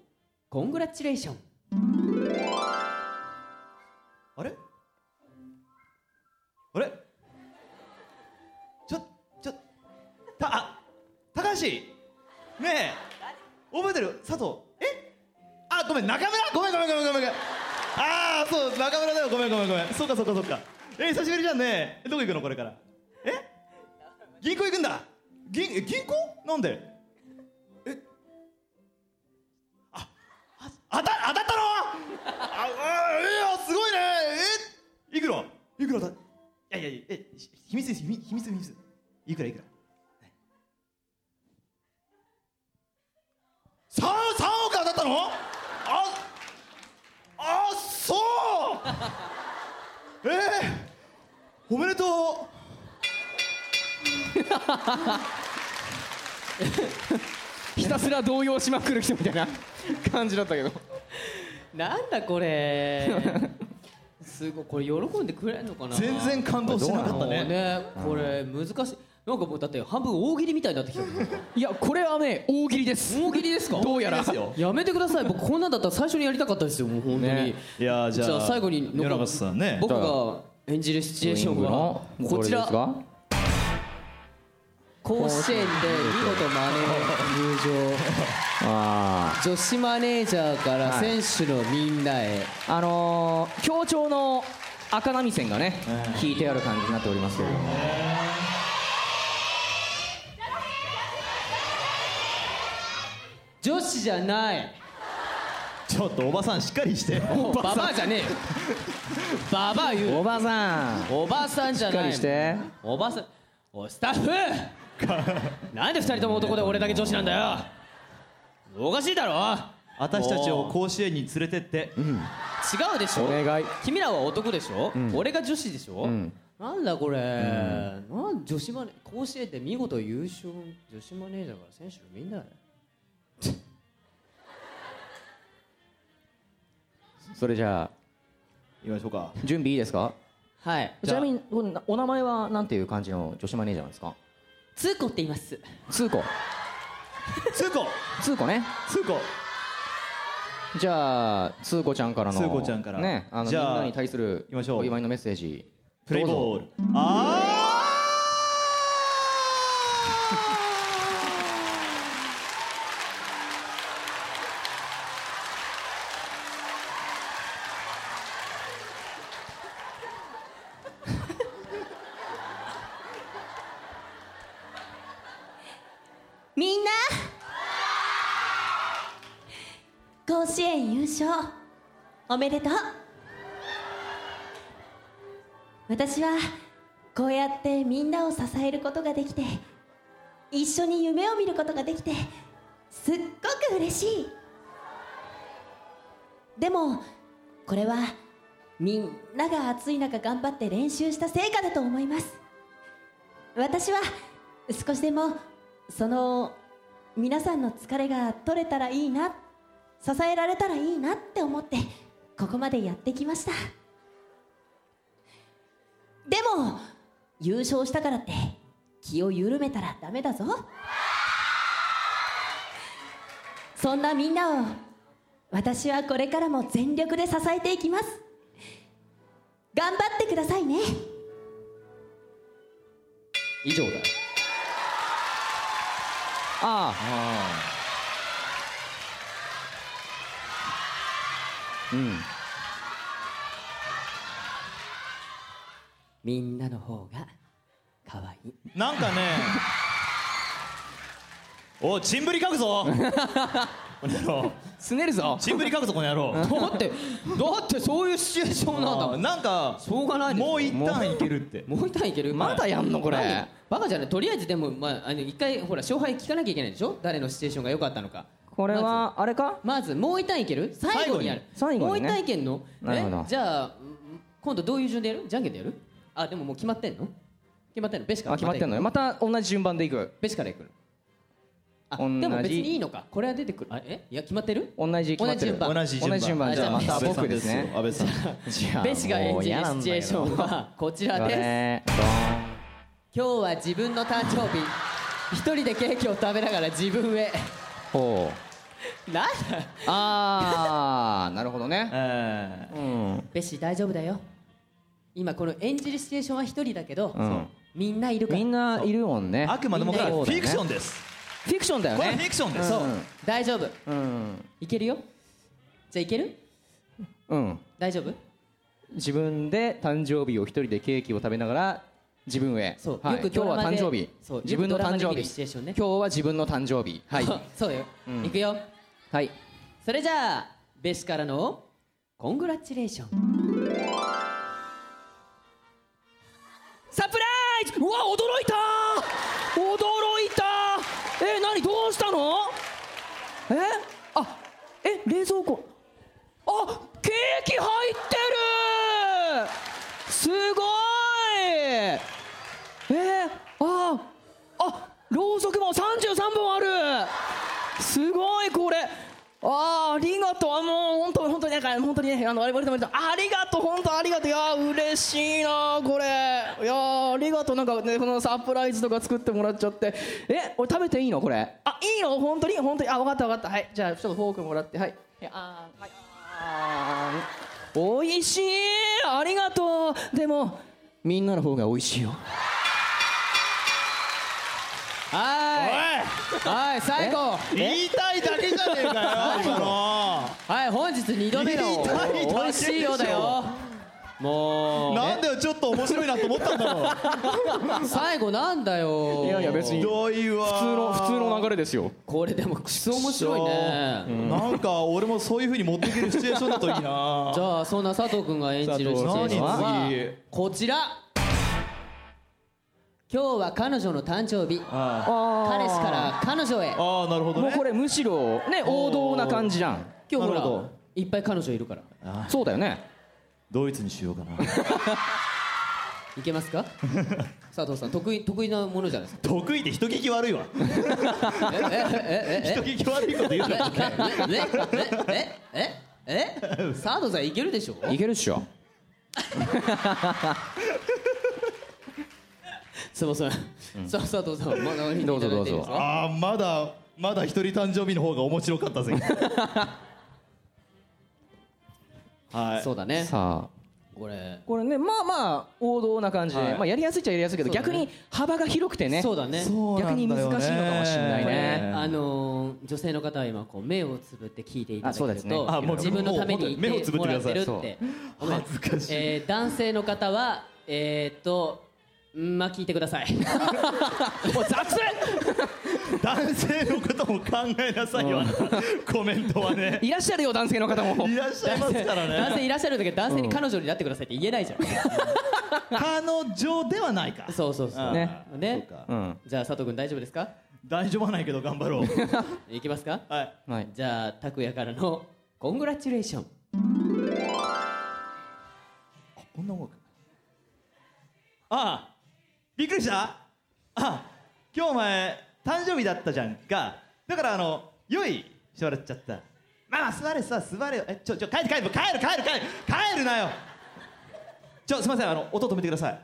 [SPEAKER 3] コングラチュレーション
[SPEAKER 9] あれあれちょ、ちょ、た、あ、高橋ねえ覚えてる佐藤えあ、ごめん、中村ごめんごめんごめんごめんごめんああ、そう、中村だよ、ごめんごめんごめんそっかそっかそっかえ、久しぶりじゃんねえどこ行くのこれからえ銀行行くんだ銀、え銀行なんでえあ、あ、当た、当たったのあ、あ、えー、すごいね。え、いくら？いくらだ？いやいやいや、え、ひ秘密です、秘密、秘密、秘密。いくらいくら？三三億当たったの？あ、あ、そう。えー、おめでとう。
[SPEAKER 4] ひたすら動揺しまくる人みたいな 感じだったけど
[SPEAKER 3] なんだこ れすごいこれ喜んでくれるのかな
[SPEAKER 9] 全然感動しなかった
[SPEAKER 3] もう
[SPEAKER 9] ね。
[SPEAKER 3] ねこれ難しいなんかもうだって半分大喜利みたいになってきたもん
[SPEAKER 4] いやこれはね大喜利です
[SPEAKER 3] 大喜利ですか
[SPEAKER 4] どうやら
[SPEAKER 3] やめてください僕こんなんだったら最初にやりたかったですよもう本当に、
[SPEAKER 4] ね
[SPEAKER 9] いや
[SPEAKER 3] じゃあ最後に残
[SPEAKER 9] 野中さんね。
[SPEAKER 3] 僕が演じるシチュエーションはこちら
[SPEAKER 4] どれですか
[SPEAKER 3] 甲子園で見事マネー入
[SPEAKER 4] あ
[SPEAKER 3] 場女子マネージャーから選手のみんなへ、
[SPEAKER 4] ーあのー、協調の赤波線がね引いてある感じになっておりますけれども
[SPEAKER 3] 女子じゃない
[SPEAKER 9] ちょっとおばさんしっかりして。
[SPEAKER 3] ババアじゃねえよババア言う
[SPEAKER 4] おばさんし
[SPEAKER 3] おばさんじゃ
[SPEAKER 4] っか
[SPEAKER 3] ない
[SPEAKER 4] りして
[SPEAKER 3] おばさんおいスタッフなんで二人とも男で俺だけ女子なんだよおかしいだろ
[SPEAKER 9] 私たちを甲子園に連れてって、
[SPEAKER 3] 違うでしょ君らは男でしょ、俺が女子でしょ、なんだこれ、なん女子マネ甲子園で見事優勝女子マネージャーから選手のみんな
[SPEAKER 4] それじゃあ
[SPEAKER 9] 行きましょうか
[SPEAKER 4] 準備いいですか
[SPEAKER 3] はい
[SPEAKER 4] ちなみにこれなお名前はなんていう感じの女子マネージャーなんですか
[SPEAKER 3] 通行って言います
[SPEAKER 4] 通子
[SPEAKER 9] 通子
[SPEAKER 4] 通子ね
[SPEAKER 9] 通子
[SPEAKER 4] じゃあ通子ちゃんからの
[SPEAKER 9] 通子ちゃんから
[SPEAKER 4] ねあの
[SPEAKER 9] じ
[SPEAKER 4] みん
[SPEAKER 9] ゃあ
[SPEAKER 4] なに対するお祝いのメッセージ
[SPEAKER 9] プレイボール
[SPEAKER 1] みんな 甲子園優勝おめでとう私はこうやってみんなを支えることができて一緒に夢を見ることができてすっごく嬉しいでもこれはみんなが暑い中頑張って練習した成果だと思います私は少しでもその皆さんの疲れが取れたらいいな支えられたらいいなって思ってここまでやってきましたでも優勝したからって気を緩めたらダメだぞそんなみんなを私はこれからも全力で支えていきます頑張ってくださいね
[SPEAKER 3] 以上だ
[SPEAKER 4] ああうん
[SPEAKER 3] みんなの方が可愛い
[SPEAKER 9] なんかねおいチンブリ書くぞこの野郎
[SPEAKER 3] すねるぞ
[SPEAKER 9] チンブリ書くぞこの野郎
[SPEAKER 3] だってだってそういうシチュエーションなんだもん
[SPEAKER 9] なんか
[SPEAKER 3] しょうがない
[SPEAKER 9] もう一旦いけるって
[SPEAKER 3] もう一旦いける
[SPEAKER 9] まだやんのこれ
[SPEAKER 3] 何バカじゃないとりあえずでもまああの一回ほら勝敗聞かなきゃいけないでしょ誰のシチュエーションが良かったのか
[SPEAKER 4] これはあれか
[SPEAKER 3] まずもう一旦いける最後にやる
[SPEAKER 4] 最後に
[SPEAKER 3] もう
[SPEAKER 4] ね
[SPEAKER 3] 一旦いけんの
[SPEAKER 4] なるほど
[SPEAKER 3] えじゃあん今度どういう順でやるじゃんけんでやるあでももう決まってんの決まってんのベシから
[SPEAKER 4] あ決まってんのよまた同じ順番でいく
[SPEAKER 3] ベシからいくのあ
[SPEAKER 4] 同じ
[SPEAKER 3] でも別にいいのかこれは出てくるあえいや決まってる
[SPEAKER 4] 同じ決まってる
[SPEAKER 3] 同じ順番
[SPEAKER 4] 同じ順番じゃあま
[SPEAKER 3] じゃ
[SPEAKER 4] た
[SPEAKER 3] あ
[SPEAKER 4] 僕ですね
[SPEAKER 9] 安倍さん
[SPEAKER 4] じゃあ
[SPEAKER 3] ベシが演じるシチュエーションはこちらです
[SPEAKER 4] す
[SPEAKER 3] 今日は自分の誕生日一人でケーキを食べながら自分へ
[SPEAKER 4] ほ
[SPEAKER 3] なんだ
[SPEAKER 4] うああなるほどねうん
[SPEAKER 3] ベッシー大丈夫だよ今この演じるシチュエーションは一人だけど、
[SPEAKER 4] うん
[SPEAKER 3] みんないるから
[SPEAKER 4] みんないるもんね
[SPEAKER 3] あくまでもこれはフィクションです
[SPEAKER 4] フィクションだよね
[SPEAKER 3] これはフィクションですそう大丈夫
[SPEAKER 4] うん
[SPEAKER 3] いけるよじゃあいける
[SPEAKER 4] うん
[SPEAKER 3] 大丈夫、
[SPEAKER 4] 自分で誕生日を一人でケーキを食べながら自分へそう
[SPEAKER 3] よく
[SPEAKER 4] 今
[SPEAKER 3] ド
[SPEAKER 4] 日
[SPEAKER 3] ラ
[SPEAKER 4] は
[SPEAKER 3] マで
[SPEAKER 4] 誕生日
[SPEAKER 3] そう
[SPEAKER 4] 自分の
[SPEAKER 3] よ
[SPEAKER 4] 誕
[SPEAKER 3] くドラマ
[SPEAKER 4] 生
[SPEAKER 3] で見る
[SPEAKER 4] 日
[SPEAKER 3] シチュエーションね
[SPEAKER 4] 今日は自分の誕生日はい
[SPEAKER 3] そうよ、
[SPEAKER 4] うん
[SPEAKER 3] いくよ
[SPEAKER 4] はい
[SPEAKER 3] それじゃあベッシーからのコングラチュレーション
[SPEAKER 5] サプライズうわ驚いた驚いたえ何どうしたのえあえ冷蔵庫あケーキ入ってるすごいえー、ああろうそくも33本あるすごいこれあーありがとうあもう本当本当になんか本当にねあのあれありがとうありがとう本当ありがとういやー嬉しいなーこれいやーありがとうなんかねこのサプライズとか作ってもらっちゃってえ俺食べていいのこれあいいの本当に本当にあ分かった分かったはいじゃあちょっとフォークもらってはいいやあーはいおいしいありがとうでもみんなの方が美味しいよ
[SPEAKER 3] はーいはい最後
[SPEAKER 9] え言いたいだけじゃねえかよ 今の
[SPEAKER 3] はい本日2度目の
[SPEAKER 9] 言いたいだけでしょ
[SPEAKER 3] 美味しいようだよもう
[SPEAKER 9] なんだよちょっと面白いなと思ったんだ ろ
[SPEAKER 3] 最後なんだよ
[SPEAKER 4] いやいや別に
[SPEAKER 9] どいわ
[SPEAKER 4] 普通の普通の流れですよ
[SPEAKER 3] これでもクソ面白いね
[SPEAKER 9] そうなんか俺もそういうふうに持っていけるシチュエーションだといいな
[SPEAKER 3] じゃあそんな佐藤君が演じるシチュエーションはこちら今日は彼女の誕生日
[SPEAKER 4] あ
[SPEAKER 3] 彼氏から彼女へ
[SPEAKER 9] ああなるほ
[SPEAKER 4] もうこれむしろね王道な感じじゃん
[SPEAKER 3] 今日ほらいっぱい彼女いるから
[SPEAKER 4] そうだよね
[SPEAKER 8] ドイツにしようかな
[SPEAKER 3] いけますか佐藤さん得意得意なものじゃないですか
[SPEAKER 9] 得意で人聞き悪いわ人聞き悪いこと言うな
[SPEAKER 3] ねねええええ佐藤さんいけるでしょ
[SPEAKER 4] いけるっしょ
[SPEAKER 3] すいません、さあ佐藤さんまだおいてい
[SPEAKER 4] どうぞ
[SPEAKER 3] ただい
[SPEAKER 4] ど
[SPEAKER 3] うていいですか
[SPEAKER 4] ぞ
[SPEAKER 9] ああまだまだ一人誕生日の方が面白かったぜはい
[SPEAKER 3] そうだね
[SPEAKER 4] さあ
[SPEAKER 3] これ
[SPEAKER 4] これねまあまあ王道な感じで、
[SPEAKER 3] はい
[SPEAKER 4] まあ、やりやすいっちゃやりやすいけど、
[SPEAKER 3] そうだね
[SPEAKER 4] 逆に幅が広くてね
[SPEAKER 3] そうだね
[SPEAKER 9] そうな
[SPEAKER 4] 逆
[SPEAKER 9] んだよね
[SPEAKER 4] に難しいのかもしれないね
[SPEAKER 3] あのー女性の方は今こう目をつぶって聞いていただけ
[SPEAKER 4] あそう
[SPEAKER 3] る
[SPEAKER 4] です
[SPEAKER 3] と、
[SPEAKER 4] ね
[SPEAKER 9] あもう
[SPEAKER 3] 自分のために
[SPEAKER 9] 目をつぶってください
[SPEAKER 3] 言もらってるってごめん
[SPEAKER 9] 恥ずかしい
[SPEAKER 3] えー男性の方はえー、っとうんまあ聞いてくだ さい
[SPEAKER 4] もう雑
[SPEAKER 9] 男性のことも考えなさいよあなたコメントはね
[SPEAKER 4] いらっしゃるよ男性の方も
[SPEAKER 9] いらっしゃいますから
[SPEAKER 3] 男性
[SPEAKER 9] ね
[SPEAKER 3] いらっしゃるんだけど男性に彼女になってくださいって言えないじゃん、
[SPEAKER 9] 彼女ではないか
[SPEAKER 3] そうそうそう
[SPEAKER 9] ね
[SPEAKER 3] ね
[SPEAKER 4] うん
[SPEAKER 3] じゃあ佐藤君大丈夫ですか
[SPEAKER 9] 大丈夫はないけど頑張ろう
[SPEAKER 3] いきますか
[SPEAKER 9] はい
[SPEAKER 4] はい
[SPEAKER 3] じゃあ拓也からのコングラチュレーション
[SPEAKER 9] こんな音楽ああびっくりしたああ今日お前誕生日だったじゃんかだからあのよいしてもらっちゃったまあまあ座れさ座れよえちょちょ帰って帰って帰る帰る帰る帰るなよちょすいませんあの音止めてください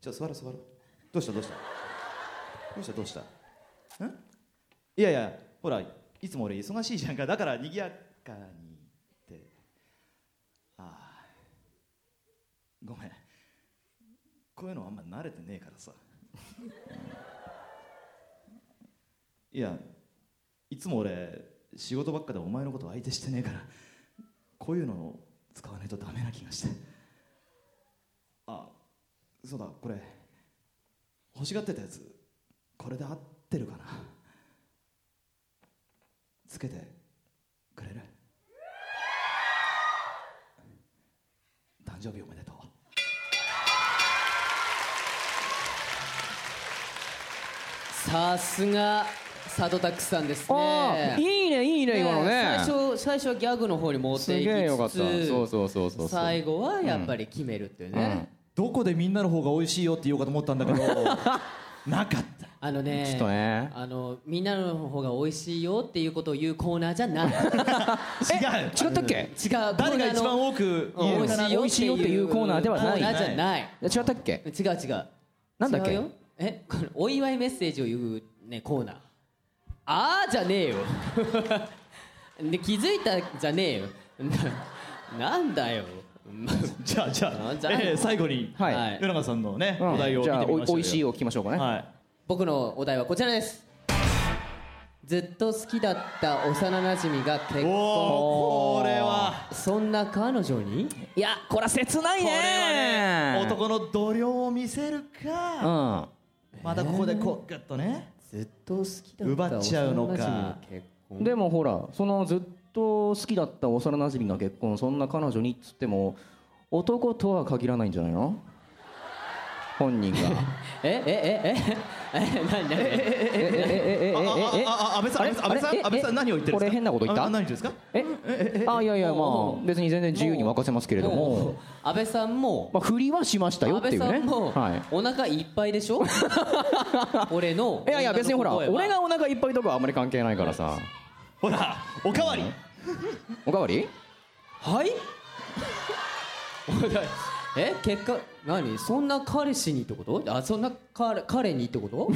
[SPEAKER 9] ちょ座ろう座ろうどうしたどうしたどうしたどうしたんいやいやほらいつも俺忙しいじゃんかだから賑やかにってああごめんこういうのあんま慣れてねえからさいやいつも俺仕事ばっかでお前のこと相手してねえからこういうのを使わないとダメな気がしてあそうだこれ欲しがってたやつこれで合ってるかなつけてくれる誕生日おめでとう
[SPEAKER 3] さすが佐藤拓さんです
[SPEAKER 4] あ
[SPEAKER 3] ね
[SPEAKER 4] あいいねいいね今の
[SPEAKER 3] 最
[SPEAKER 4] ね
[SPEAKER 3] 初最初はギャグの方に持っ
[SPEAKER 4] す
[SPEAKER 3] ていき
[SPEAKER 4] げえよかっ
[SPEAKER 3] つ
[SPEAKER 4] たそう
[SPEAKER 3] つ
[SPEAKER 4] そうそうそう
[SPEAKER 3] 最後はやっぱり決めるっていうね、
[SPEAKER 9] どこでみんなの方が美味しいよって言おうかと思ったんだけどなかった
[SPEAKER 3] あのね
[SPEAKER 4] ちょっとね
[SPEAKER 3] あのみんなの方が美味しいよっていうことを言うコーナーじゃない違う
[SPEAKER 9] 違う
[SPEAKER 4] 違ったっけ
[SPEAKER 9] 誰が一番多く言えるかな
[SPEAKER 4] 美味しいよっていうコーナーではない
[SPEAKER 3] コーナーじゃない
[SPEAKER 4] 違ったっけ
[SPEAKER 3] 違う違う
[SPEAKER 4] なんだっけ
[SPEAKER 3] 違うよえこのお祝いメッセージを言うねコーナーあーじゃねえよ で気づいたじゃねえよ ななんだよ
[SPEAKER 9] じゃあじゃあ
[SPEAKER 3] じゃあ
[SPEAKER 9] えー最後に
[SPEAKER 4] はい
[SPEAKER 9] 米長さんの ね
[SPEAKER 4] うん
[SPEAKER 9] お題を
[SPEAKER 4] じ
[SPEAKER 9] 見
[SPEAKER 4] ゃ
[SPEAKER 9] て
[SPEAKER 4] あ
[SPEAKER 9] みましょう
[SPEAKER 4] おいしいを聞きましょうかね
[SPEAKER 9] はい
[SPEAKER 3] 僕のお題はこちらですずっと好きだった幼なじみが結
[SPEAKER 9] お
[SPEAKER 3] 婚
[SPEAKER 9] おこれは
[SPEAKER 3] そんな彼女に
[SPEAKER 4] いやこれは切ない
[SPEAKER 9] これはね
[SPEAKER 4] ね
[SPEAKER 9] 男の度量を見せるか
[SPEAKER 4] 男
[SPEAKER 9] またここでこうグッとね
[SPEAKER 3] ずっと好きだった
[SPEAKER 9] 奪っちゃうのか
[SPEAKER 3] 幼馴染の結
[SPEAKER 4] うん
[SPEAKER 3] 婚
[SPEAKER 4] でもほらそのずっと好きだった幼なじみが結婚そんな彼女にっつっても男とは限らないんじゃないの本人が
[SPEAKER 3] ええええええ何何何
[SPEAKER 4] ええええええ
[SPEAKER 9] あ
[SPEAKER 4] ええ
[SPEAKER 9] あああ安倍さん
[SPEAKER 4] あれ
[SPEAKER 9] 安倍さん
[SPEAKER 4] あれえ
[SPEAKER 9] 安倍さん何を言ってるんですか
[SPEAKER 4] これ変なこと言った
[SPEAKER 9] あ何ですか
[SPEAKER 4] えあいやいやまあ別に全然自由に任せますけれども
[SPEAKER 3] 安倍さんも
[SPEAKER 4] まあ振りはしましたよ
[SPEAKER 3] 安
[SPEAKER 4] って
[SPEAKER 3] 倍
[SPEAKER 4] いう
[SPEAKER 3] さん
[SPEAKER 4] ね
[SPEAKER 3] も
[SPEAKER 4] はい
[SPEAKER 3] お腹いっぱいで しょ俺の
[SPEAKER 4] いやいや別にほら
[SPEAKER 3] 女の声は
[SPEAKER 4] 俺がお腹いっぱいとかはあんまり関係ないからさ
[SPEAKER 9] ほらおかわり
[SPEAKER 4] おかわり
[SPEAKER 3] はい え結果何そんな彼氏にってことあそんな彼彼にってこと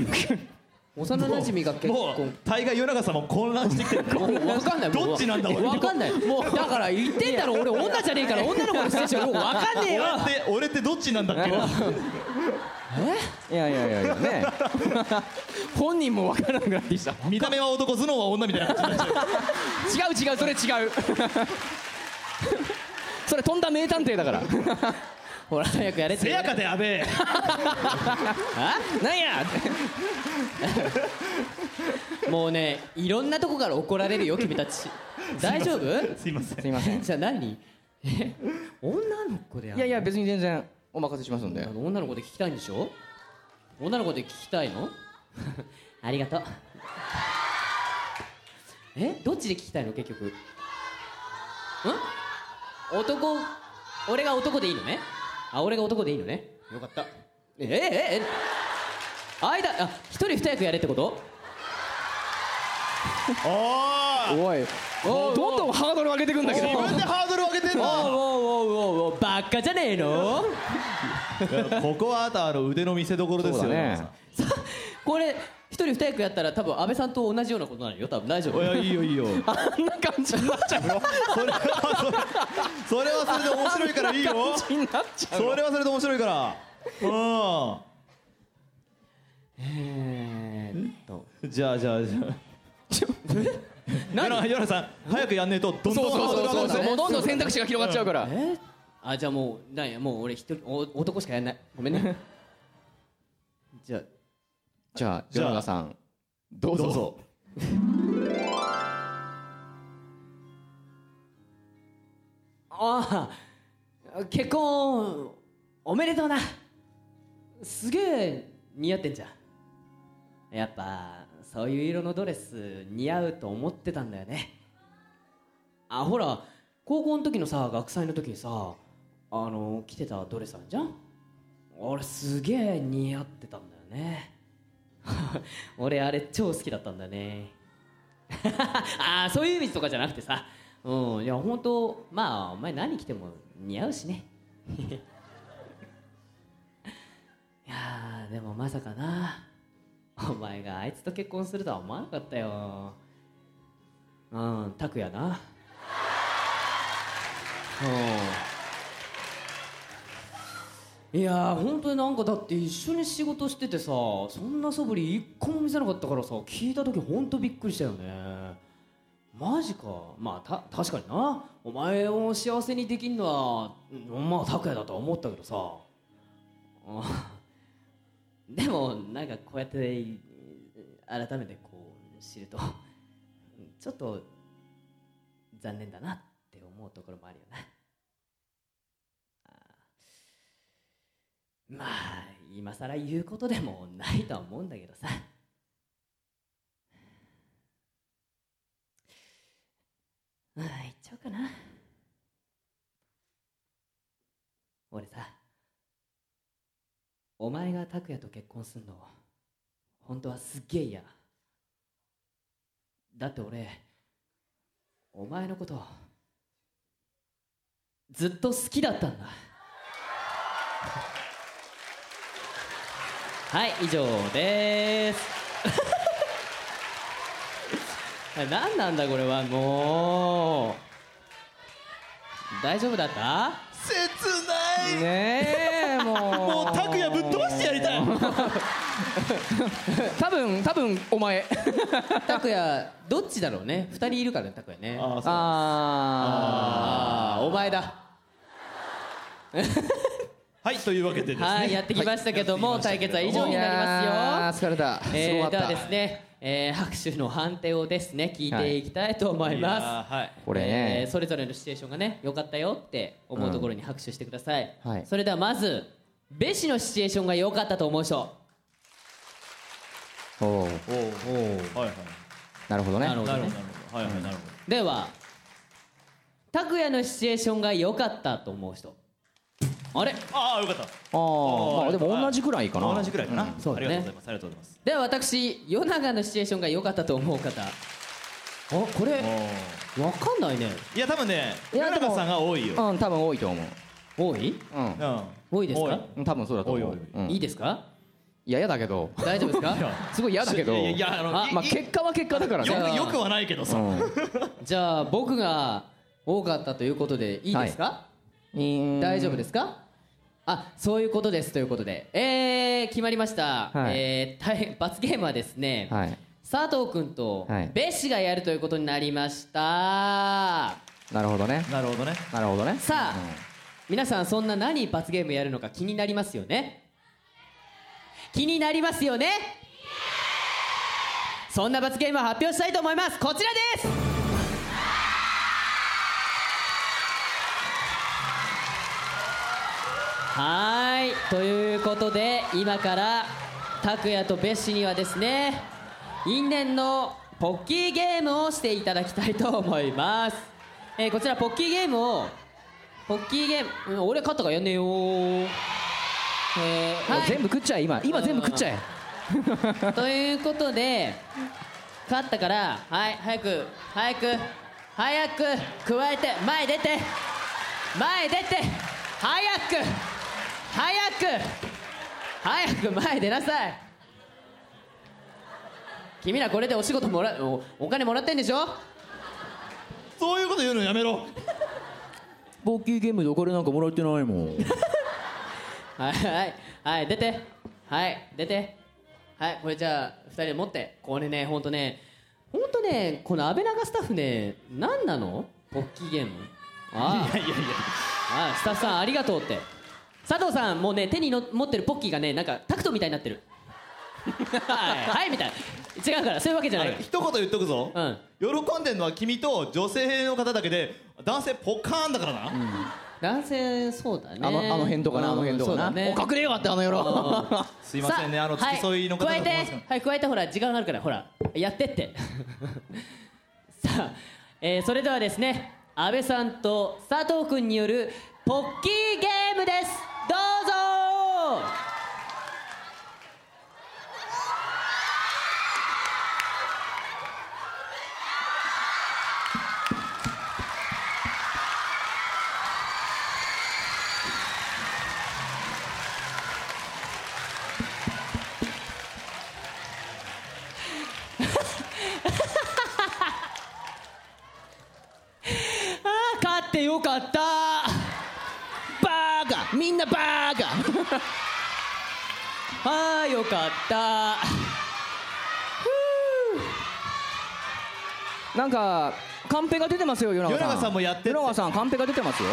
[SPEAKER 3] 幼馴染が結
[SPEAKER 9] もう
[SPEAKER 3] 婚
[SPEAKER 9] 大概米長さんも混乱してきてる
[SPEAKER 3] もう分かんないもう
[SPEAKER 9] どっちなんだ俺
[SPEAKER 3] 分かんないもうだから言ってんだろ俺女じゃねえから女の子の選手はもう分かんねえよ
[SPEAKER 9] 俺って俺ってどっちなんだっけ
[SPEAKER 4] いやいやいやいや ね本人もわからなくなってきた
[SPEAKER 9] 見た目は男頭脳は女みたいな感じになっちゃう
[SPEAKER 4] 違う違うそれ違う それ飛んだ名探偵だから
[SPEAKER 3] ほら早くやれって
[SPEAKER 9] せやかでやべえ
[SPEAKER 3] あ
[SPEAKER 4] なんや
[SPEAKER 3] もうねいろんなとこから怒られるよ君たち大丈夫
[SPEAKER 9] すいません
[SPEAKER 4] すいません
[SPEAKER 3] じゃあ何え女の子であんの
[SPEAKER 4] いやいや別に全然お任せしますんで
[SPEAKER 3] 女の子で聞きたいんでしょ女の子で聞きたいのありがとうえどっちで聞きたいの結局ん男俺が男でいいのねあ俺が男でいいのねよかったええええ間あ一人二役やれってこと
[SPEAKER 4] おいおいどんどんハードル上げてくんだけど
[SPEAKER 9] 自分でハードル上げてんの
[SPEAKER 3] おうおうおうおうバカじゃねえの
[SPEAKER 9] いやここはあとあの腕の見せ所ですよね
[SPEAKER 3] これ一人二役やったら多分安倍さんと同じようなことなのよ多分大丈夫
[SPEAKER 9] いやいいよいいよ
[SPEAKER 3] あんな感じになっちゃうよ
[SPEAKER 9] それはそれで面白いからいいよ
[SPEAKER 3] あんな感じになっちゃうの
[SPEAKER 9] それはそれで面白いからうんじゃあじゃあじゃあヨナヨナさん早くやんねえとどんどん
[SPEAKER 4] そうそうそうそうもうどんどん選択肢が広がっちゃうから
[SPEAKER 3] えあじゃあもうなんやもう俺一人お男しかやんないごめんねじゃあ
[SPEAKER 4] じゃあ
[SPEAKER 3] じゃあ
[SPEAKER 4] 米長さんどうぞ
[SPEAKER 3] どうああ結婚おめでとうなすげえ似合ってんじゃんやっぱそういう色のドレス似合うと思ってたんだよねあほら高校の時のさ学祭の時にさあの着てたドレスあんじゃん俺すげえ似合ってたんだよね 俺あれ超好きだったんだね ああそういう意味とかじゃなくてさうんいや本当まあお前何着ても似合うしね いやーでもまさかなお前があいつと結婚するとは思わなかったようん拓也なうんいやー本当になんかだって一緒に仕事しててさそんな素振り一個も見せなかったからさ聞いた時本当びっくりしたよねマジかまあた確かになお前を幸せにできんのはうんまあ拓哉だとは思ったけどさ うんでもなんかこうやって改めてこう知るとちょっと残念だなって思うところもあるよなまあ今更言うことでもないとは思うんだけどさああ言っちゃおうかな俺さお前が拓哉と結婚すんの本当はすっげえ嫌だって俺お前のことずっと好きだったんだはい以上です何なんだこれはもう大丈夫だった
[SPEAKER 9] 切ない
[SPEAKER 4] ねえもう
[SPEAKER 9] もう拓也ぶっ飛ばしてやりたい
[SPEAKER 4] 多分多分お前
[SPEAKER 3] 拓也どっちだろうね二人いるからね拓也ねあ
[SPEAKER 4] ああ
[SPEAKER 3] ーお前だ
[SPEAKER 9] はいというわけでですね
[SPEAKER 3] はいやってきましたけども、対決は以上になりますよ
[SPEAKER 4] 疲れたす
[SPEAKER 3] えー、
[SPEAKER 4] ごかっ
[SPEAKER 3] では
[SPEAKER 4] た
[SPEAKER 3] ですね、えー、拍手の判定をですね聞いていきたいと思います、
[SPEAKER 9] はいはい
[SPEAKER 4] これね
[SPEAKER 3] えーそれぞれのシチュエーションがね良かったよって思うところに拍手してください、
[SPEAKER 4] うんはい
[SPEAKER 3] それではまずべしのシチュエーションが良かったと思う人
[SPEAKER 4] おお
[SPEAKER 9] おうおはいはい
[SPEAKER 4] なるほどね
[SPEAKER 3] なるほど
[SPEAKER 9] なる
[SPEAKER 3] ね
[SPEAKER 9] ほどなるほどはいはいなるほど
[SPEAKER 3] では拓哉のシチュエーションが良かったと思う人あれ
[SPEAKER 9] ああよかった
[SPEAKER 4] ああまあでも同じくらいかな
[SPEAKER 9] 同じくらいかな、
[SPEAKER 4] うん
[SPEAKER 3] そ
[SPEAKER 9] あ
[SPEAKER 3] うだ
[SPEAKER 9] り
[SPEAKER 3] ね
[SPEAKER 9] がとうございますありがとうございます
[SPEAKER 3] では私夜長のシチュエーションが良かったと思う方あこれ分かんないね
[SPEAKER 9] いや多分ね
[SPEAKER 4] いや
[SPEAKER 9] 平
[SPEAKER 4] で
[SPEAKER 9] 中
[SPEAKER 4] も
[SPEAKER 9] さんが多いよ、
[SPEAKER 4] うん多分多いと思う
[SPEAKER 3] 多い
[SPEAKER 4] うん
[SPEAKER 9] う
[SPEAKER 3] 多いですか
[SPEAKER 4] うん多分そうだと思
[SPEAKER 9] おいう
[SPEAKER 4] うん
[SPEAKER 3] いい
[SPEAKER 4] い
[SPEAKER 3] ですか
[SPEAKER 4] や嫌だけど
[SPEAKER 3] 大丈夫ですか
[SPEAKER 4] すごい嫌だけど
[SPEAKER 9] いやいやあの
[SPEAKER 4] あまあ
[SPEAKER 9] いい
[SPEAKER 4] 結果は結果だから
[SPEAKER 9] よ
[SPEAKER 4] ね
[SPEAKER 9] くよくはないけどさ、
[SPEAKER 3] じゃあ僕が多かったということでいいですか、大丈夫ですすかあそういうことですということでえー、決まりました、
[SPEAKER 4] はい
[SPEAKER 3] えー大罰ゲームはですね、
[SPEAKER 4] はい
[SPEAKER 3] 佐藤君と
[SPEAKER 4] はい
[SPEAKER 3] べしがやるということになりました、
[SPEAKER 4] なるほどね
[SPEAKER 9] なるほどね
[SPEAKER 4] なるほどね
[SPEAKER 3] さあ、皆さんそんな何罰ゲームやるのか気になりますよね気になりますよねそんな罰ゲームを発表したいと思いますこちらですはいということで今から拓也とベッシにはですね因縁のポッキーゲームをしていただきたいと思います、えーこちらポッキーゲームをポッキーゲーム、うん俺勝ったからやんねえよーえーはい
[SPEAKER 4] 全部食っちゃえ今今全部食っちゃ え
[SPEAKER 3] ということで勝ったからはい早く早く早く加えて前出て前出て早く早く早く前出なさい君らこれでお仕事もらおお金もらってんでしょ
[SPEAKER 9] そういうこと言うのやめろ
[SPEAKER 4] ポッキーゲームでお金なんかもらってないもん
[SPEAKER 3] はいはいはい出てはい出てはいこれじゃあ2人で持ってこれねほんとねほんとねこの安倍長スタッフね何なのポッキーゲームああいやいやいやああスタッフさんありがとうって佐藤さんもうね手にの持ってるポッキーがねなんかタクトみたいになってるはいはいみたいな違うからそういうわけじゃない
[SPEAKER 9] あれ一言言っとくぞ、喜んでんのは君と女性の方だけで男性ポカーンだからな、
[SPEAKER 3] 男性そうだね
[SPEAKER 4] あのあの辺とかなあの辺とかな
[SPEAKER 3] そうだね
[SPEAKER 4] お隠れよあったあの夜
[SPEAKER 3] うん
[SPEAKER 9] すいませんねあの付き添いの方
[SPEAKER 3] は
[SPEAKER 9] だ
[SPEAKER 3] い、
[SPEAKER 9] と思うん
[SPEAKER 3] 加え
[SPEAKER 9] ですけ
[SPEAKER 3] てはい加えてほら時間があるからほらやってって さあ、えーそれではですね阿部さんと佐藤君によるポッキーゲームですどうぞああ勝ってよかったバーガみんなバー ガああよかった
[SPEAKER 4] なんかカンペが出てますよ夜中さん
[SPEAKER 9] 夜中さんもやってって
[SPEAKER 4] 夜中さんカンペが出てますよ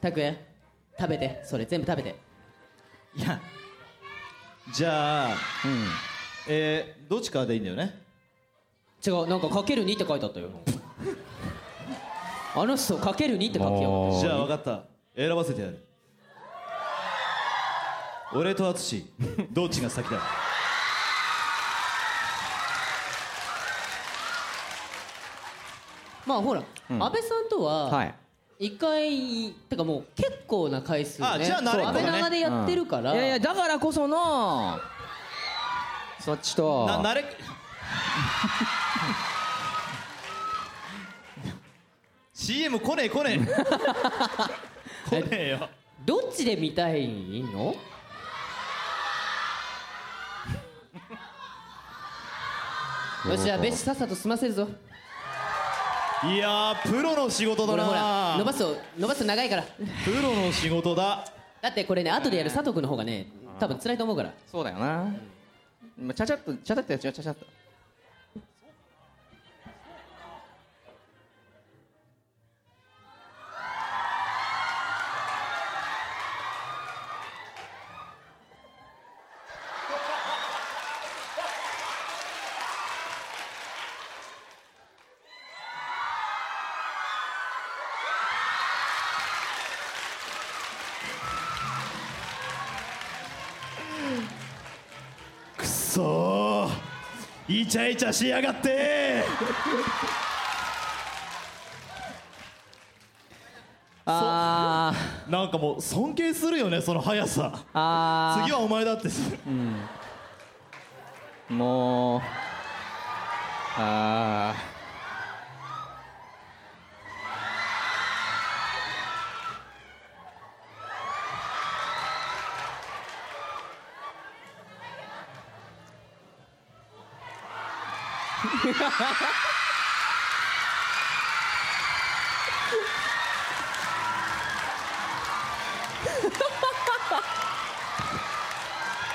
[SPEAKER 3] 拓也食べてそれ全部食べて
[SPEAKER 9] どいやじゃあ、えーどっちかでいいんだよね
[SPEAKER 3] 違うなんかかける2って書いてあったよあの人かける2って書きよ
[SPEAKER 9] じゃあ分かった選ばせてやる俺と淳どっちが先だ
[SPEAKER 3] まあほら、
[SPEAKER 9] うん
[SPEAKER 3] 安倍さんと
[SPEAKER 9] は
[SPEAKER 3] はい一回てかもう結構な回数ね
[SPEAKER 4] あじゃあ慣れ
[SPEAKER 3] そう
[SPEAKER 4] た
[SPEAKER 3] 安
[SPEAKER 4] ね
[SPEAKER 3] 倍長でやってるから、
[SPEAKER 4] いやいやだからこそのそっちと
[SPEAKER 9] な慣れ？CM 来ねえ来ねえ 来ねえよ
[SPEAKER 3] どっちで見たいのよしじゃあ別紙さっさと済ませるぞ
[SPEAKER 9] いやープロの仕事だ
[SPEAKER 3] これほら
[SPEAKER 9] な
[SPEAKER 3] 伸ばすと伸ばすと長いから
[SPEAKER 9] プロの仕事だ
[SPEAKER 3] だってこれね後でやる佐藤君の方がね多分辛いと思うから
[SPEAKER 4] そうだよなまあちゃちゃっとちゃちゃっとやっちゃうちゃちゃっと
[SPEAKER 9] くそーイチャイチャしやがって
[SPEAKER 4] あ
[SPEAKER 9] なんかもう尊敬するよねその速さ
[SPEAKER 4] あ
[SPEAKER 9] 次はお前だって
[SPEAKER 4] もうあ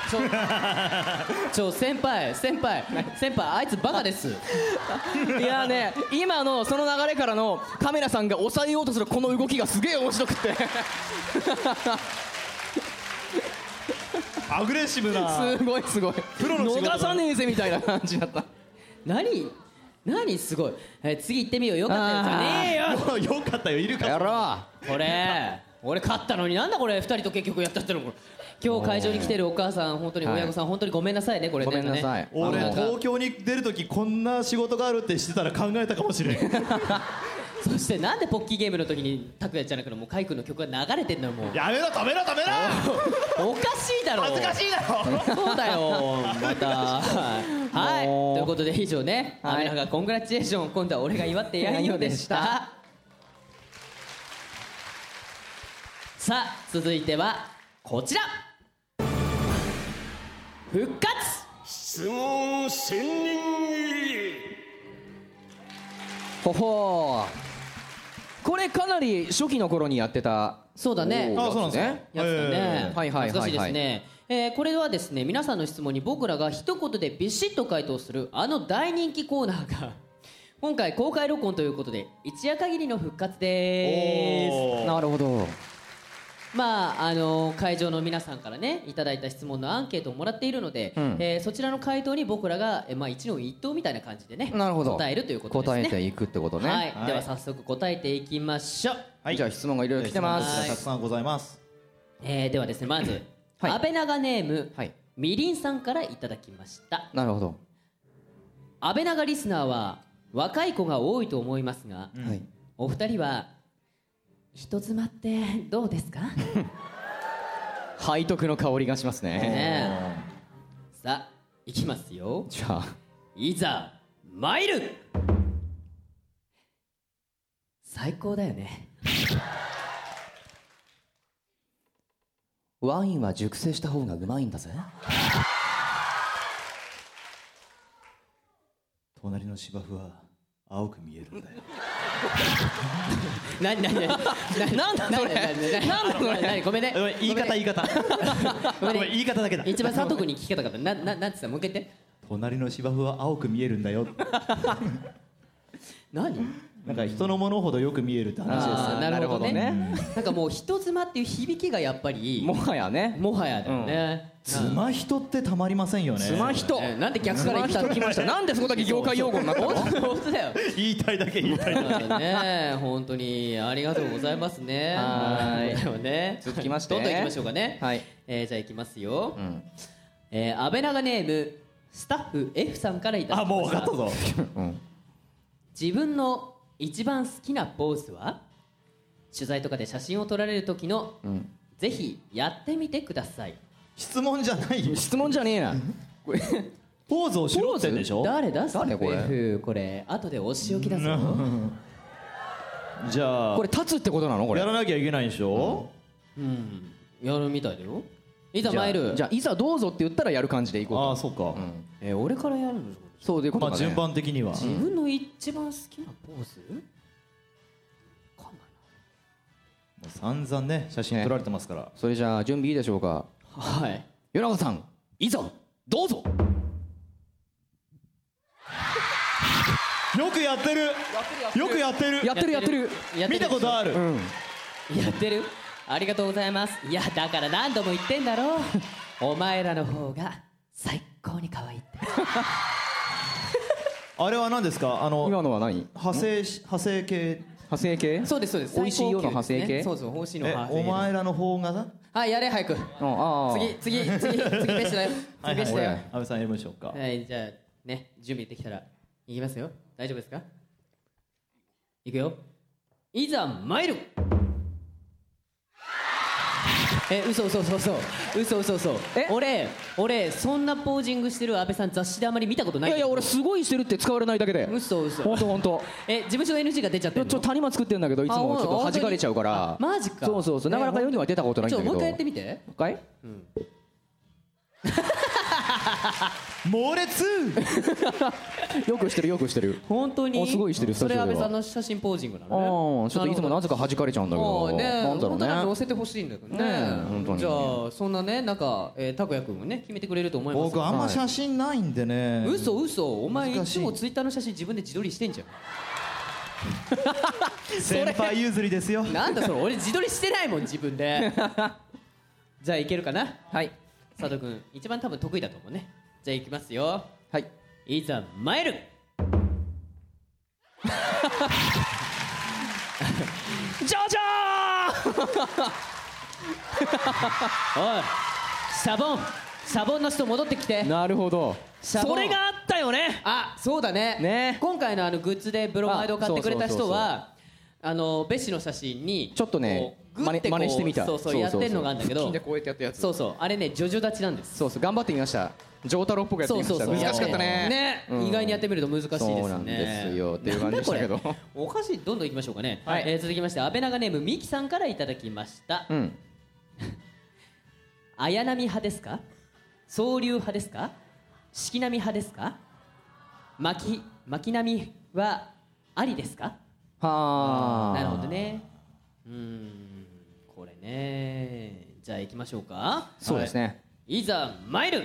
[SPEAKER 3] ちょちょ先輩先輩先輩あいつバカです
[SPEAKER 4] ーいやね今のその流れからのカメラさんが抑えようとするこの動きがすげえ面白くて
[SPEAKER 9] アグレッシブな
[SPEAKER 4] すごいすごい
[SPEAKER 9] プロの仕事だ
[SPEAKER 4] 逃さねえぜみたいな感じだった
[SPEAKER 3] 何何すごい、えー次行ってみようよかったやつじゃねえよよかったよいるかやろこれ俺勝ったのになんだこれ二人と結局やったってのこれ今日会場に来てるお母さん本当に親御さん、本当にごめんなさいねこれねね
[SPEAKER 9] 俺
[SPEAKER 3] なんか
[SPEAKER 9] 東京に出るときこんな仕事があるってしてたら考えたかもしれん
[SPEAKER 3] そしてなんでポッキーゲームの時に拓哉じゃなくてもうカイ君の曲が流れてんのよもう
[SPEAKER 9] やめろ止めろ止め
[SPEAKER 3] ろおかしいだろ
[SPEAKER 9] 恥ずかしいだろ
[SPEAKER 3] そうだよまた はいということで以上ね雨の中コングラチュエーション今度は俺が祝って やんよでしたさあ続いてはこちら復活
[SPEAKER 2] 質問千人入り
[SPEAKER 4] ほほーこれかなり初期の頃にやってた
[SPEAKER 3] そうだね
[SPEAKER 4] おー
[SPEAKER 3] やつだね
[SPEAKER 4] はいはいはいはい
[SPEAKER 3] 懐かしいですねえーこれはですね皆さんの質問に僕らが一言でビシッと回答するあの大人気コーナーが今回公開録音ということで一夜限りの復活で
[SPEAKER 4] お
[SPEAKER 3] す
[SPEAKER 4] ーなるほど
[SPEAKER 3] まああの会場の皆さんからねいただいた質問のアンケートをもらっているので、
[SPEAKER 4] うん
[SPEAKER 3] えーそちらの回答に僕らが、えーまあ、一問一答みたいな感じでね
[SPEAKER 4] なるほど
[SPEAKER 3] 答えるということですね
[SPEAKER 4] 答えていくってことね
[SPEAKER 3] はい、では早速答えていきましょう、
[SPEAKER 4] じゃあ質問がいろいろ来てます
[SPEAKER 3] はいたく
[SPEAKER 9] さんございます
[SPEAKER 3] えーではですねまず、安倍長ネーム、みりんさんからいただきました
[SPEAKER 4] なるほど
[SPEAKER 3] 安倍長リスナーは若い子が多いと思いますが、
[SPEAKER 4] はい
[SPEAKER 3] お二人は人妻ってどう ですか
[SPEAKER 4] 背徳の香りがしますね
[SPEAKER 3] ねさあいきますよ
[SPEAKER 4] じゃあ
[SPEAKER 3] いざ参る最高だよね
[SPEAKER 4] ワインは熟成した方がうまいんだぜ
[SPEAKER 9] 隣の芝生は青く見えるんだよ
[SPEAKER 3] 何 何何
[SPEAKER 9] なんだそれ
[SPEAKER 3] なんだそれ何ごめんね
[SPEAKER 9] ごめん言い方言い方
[SPEAKER 3] ごめんね
[SPEAKER 9] 言い方だけだ
[SPEAKER 3] 一番佐藤君に聞き方がなななんつったもう一回言って
[SPEAKER 9] 隣の芝生は青く見えるんだよ
[SPEAKER 3] 何
[SPEAKER 9] なんか人のものほどよく見えるって話です
[SPEAKER 3] あー
[SPEAKER 9] よ
[SPEAKER 3] なるほどねなんかもう人妻っていう響きがやっぱりも
[SPEAKER 4] はやね
[SPEAKER 3] もはやだよね
[SPEAKER 9] 妻人ってたまりませんよね
[SPEAKER 3] 妻人
[SPEAKER 9] ね
[SPEAKER 3] なんで逆から言った
[SPEAKER 9] 妻人来ましたなんでそこだけ業界用語になったの
[SPEAKER 3] 本当本当だよ
[SPEAKER 9] 言いたいだけ言いたいだけ
[SPEAKER 3] ね 本当にありがとうございますね
[SPEAKER 4] はい
[SPEAKER 3] でもね
[SPEAKER 4] 続きまして
[SPEAKER 3] どんどんいきましょうかね
[SPEAKER 4] はい
[SPEAKER 3] えーじゃあいきますよえー安倍長ネームスタッフ F さんからいただきました
[SPEAKER 9] 分 かったぞ
[SPEAKER 3] 自分の一番好きなポーズは取材とかで写真を撮られる時のぜひやってみてください
[SPEAKER 9] 質問じゃない
[SPEAKER 4] 質問じゃねえな
[SPEAKER 9] ポーズをしろってんでしょ
[SPEAKER 3] 誰だ
[SPEAKER 9] 誰これ
[SPEAKER 3] スタッフ F これ後でお仕置きだぞ
[SPEAKER 9] じゃあ
[SPEAKER 4] これ立つってことなのこれ
[SPEAKER 9] やらなきゃいけないんでしょ
[SPEAKER 3] うんやるみたいだよいざ参る
[SPEAKER 4] じゃあいざどうぞって言ったらやる感じでいこう
[SPEAKER 9] ああそうか
[SPEAKER 3] え俺からやるの
[SPEAKER 4] そういうこと
[SPEAKER 9] ま
[SPEAKER 4] だ
[SPEAKER 9] あ
[SPEAKER 4] ね
[SPEAKER 9] 順番的には
[SPEAKER 3] 自分の一番好きなポーズ
[SPEAKER 9] 散々ね写真撮られてますから
[SPEAKER 4] それじゃあ準備いいでしょうか
[SPEAKER 3] はい
[SPEAKER 4] 与那さんいざどうぞ
[SPEAKER 9] よくやってるよくやってる
[SPEAKER 4] やってるやってる
[SPEAKER 9] 見たことある
[SPEAKER 3] やってるありがとうございますいやだから何度も言ってんだろお前らの方が最高に可愛いって
[SPEAKER 9] あれは何ですかあの
[SPEAKER 4] 今のは何
[SPEAKER 9] 派生し派生系
[SPEAKER 4] 派生系
[SPEAKER 3] そうですそうです
[SPEAKER 4] 美味しいようの
[SPEAKER 3] 最高級ですね
[SPEAKER 4] 派生系
[SPEAKER 3] そうそう美味しいの
[SPEAKER 9] え
[SPEAKER 3] 派生
[SPEAKER 9] お前らの方がな
[SPEAKER 3] はいやれ早く
[SPEAKER 4] あ
[SPEAKER 3] 次次次次ベストだよ
[SPEAKER 9] はい
[SPEAKER 3] 次
[SPEAKER 9] は
[SPEAKER 3] ベ
[SPEAKER 9] い
[SPEAKER 3] ストだよ
[SPEAKER 9] 安倍さんやりましょうか
[SPEAKER 3] はいじゃあね準備できたらいきますよ大丈夫ですかいくよいざ参るえ嘘嘘嘘嘘嘘嘘嘘俺俺そんなポージングしてる安倍さん雑誌であまり見たことない
[SPEAKER 4] いやいや俺すごいしてるって使われないだけで
[SPEAKER 3] 嘘嘘
[SPEAKER 4] 本当本当
[SPEAKER 3] え事務所 NG が出ちゃってるの
[SPEAKER 4] ちょ谷間作ってるんだけどいつ
[SPEAKER 3] あ
[SPEAKER 4] も
[SPEAKER 3] おい
[SPEAKER 4] ちょっと弾かれちゃうから
[SPEAKER 3] あマジか
[SPEAKER 4] そうそうそうなかなか世には出たことないん
[SPEAKER 3] ち
[SPEAKER 4] だ
[SPEAKER 3] ょ
[SPEAKER 4] けど
[SPEAKER 3] もう一回やって
[SPEAKER 4] も
[SPEAKER 3] みて
[SPEAKER 4] う一回
[SPEAKER 9] 猛烈
[SPEAKER 4] よくしてるよくしてる
[SPEAKER 3] 本当に
[SPEAKER 4] おすごいしてるスタ
[SPEAKER 3] そ
[SPEAKER 4] ジ
[SPEAKER 3] れ
[SPEAKER 4] オでは
[SPEAKER 3] 安倍さんの写真ポージングな
[SPEAKER 4] ああ
[SPEAKER 3] のね
[SPEAKER 4] ちょっといつもなぜか弾かれちゃうんだけど
[SPEAKER 3] ああねえ
[SPEAKER 4] なんだろう
[SPEAKER 3] 本当は載
[SPEAKER 4] ね
[SPEAKER 3] せてほしいんだけどね
[SPEAKER 4] ねえ本当に
[SPEAKER 3] じゃあそんなねなんかえー拓哉君もね決めてくれると思います
[SPEAKER 9] 僕あんま写真ないんでね
[SPEAKER 3] 嘘嘘お前い
[SPEAKER 9] 難しい
[SPEAKER 3] つもツイッターの写真自分で自撮りしてんじゃ
[SPEAKER 9] 先輩譲りですよ
[SPEAKER 3] んなんだそれ俺自撮りしてないもん自分でじゃあいけるかなはい佐藤君一番多分得意だと思うねじゃあいきますよ
[SPEAKER 4] はい
[SPEAKER 3] いざ参る
[SPEAKER 10] ジョジ ョーおいサボンサボンの人戻ってきて
[SPEAKER 4] なるほど
[SPEAKER 10] サボン
[SPEAKER 3] それがあ
[SPEAKER 10] ったよね
[SPEAKER 3] あそうだね今回のあのグッズでブロマイドを買ってくれた人はあのベッシの写真に
[SPEAKER 4] ちょっとね
[SPEAKER 3] こうグッてこう
[SPEAKER 4] 真似真似してみた
[SPEAKER 3] そうそう
[SPEAKER 4] そうそ
[SPEAKER 3] や
[SPEAKER 4] う
[SPEAKER 3] ってんのがあるんだけど
[SPEAKER 4] 腹筋でこうやってやったやつ
[SPEAKER 3] そうそうあれねジョジョ立ちなんです
[SPEAKER 4] そうそう頑張ってみました丈太郎っぽくやってみました
[SPEAKER 3] そうそうそう
[SPEAKER 4] 難しかったね
[SPEAKER 3] ね意外にやってみると難しいですね
[SPEAKER 4] そうなんですよっていう感じでしたけど
[SPEAKER 3] お菓子どんどんいきましょうかね、えー続きまして安倍長ネームミキさんからいただきました
[SPEAKER 4] うん
[SPEAKER 3] 綾波派ですか総流派ですか四季並派ですか巻巻波はありですか
[SPEAKER 4] はあ
[SPEAKER 3] なるほどねうーんこれねじゃあ行きましょうか
[SPEAKER 4] そうですね
[SPEAKER 3] いざ参る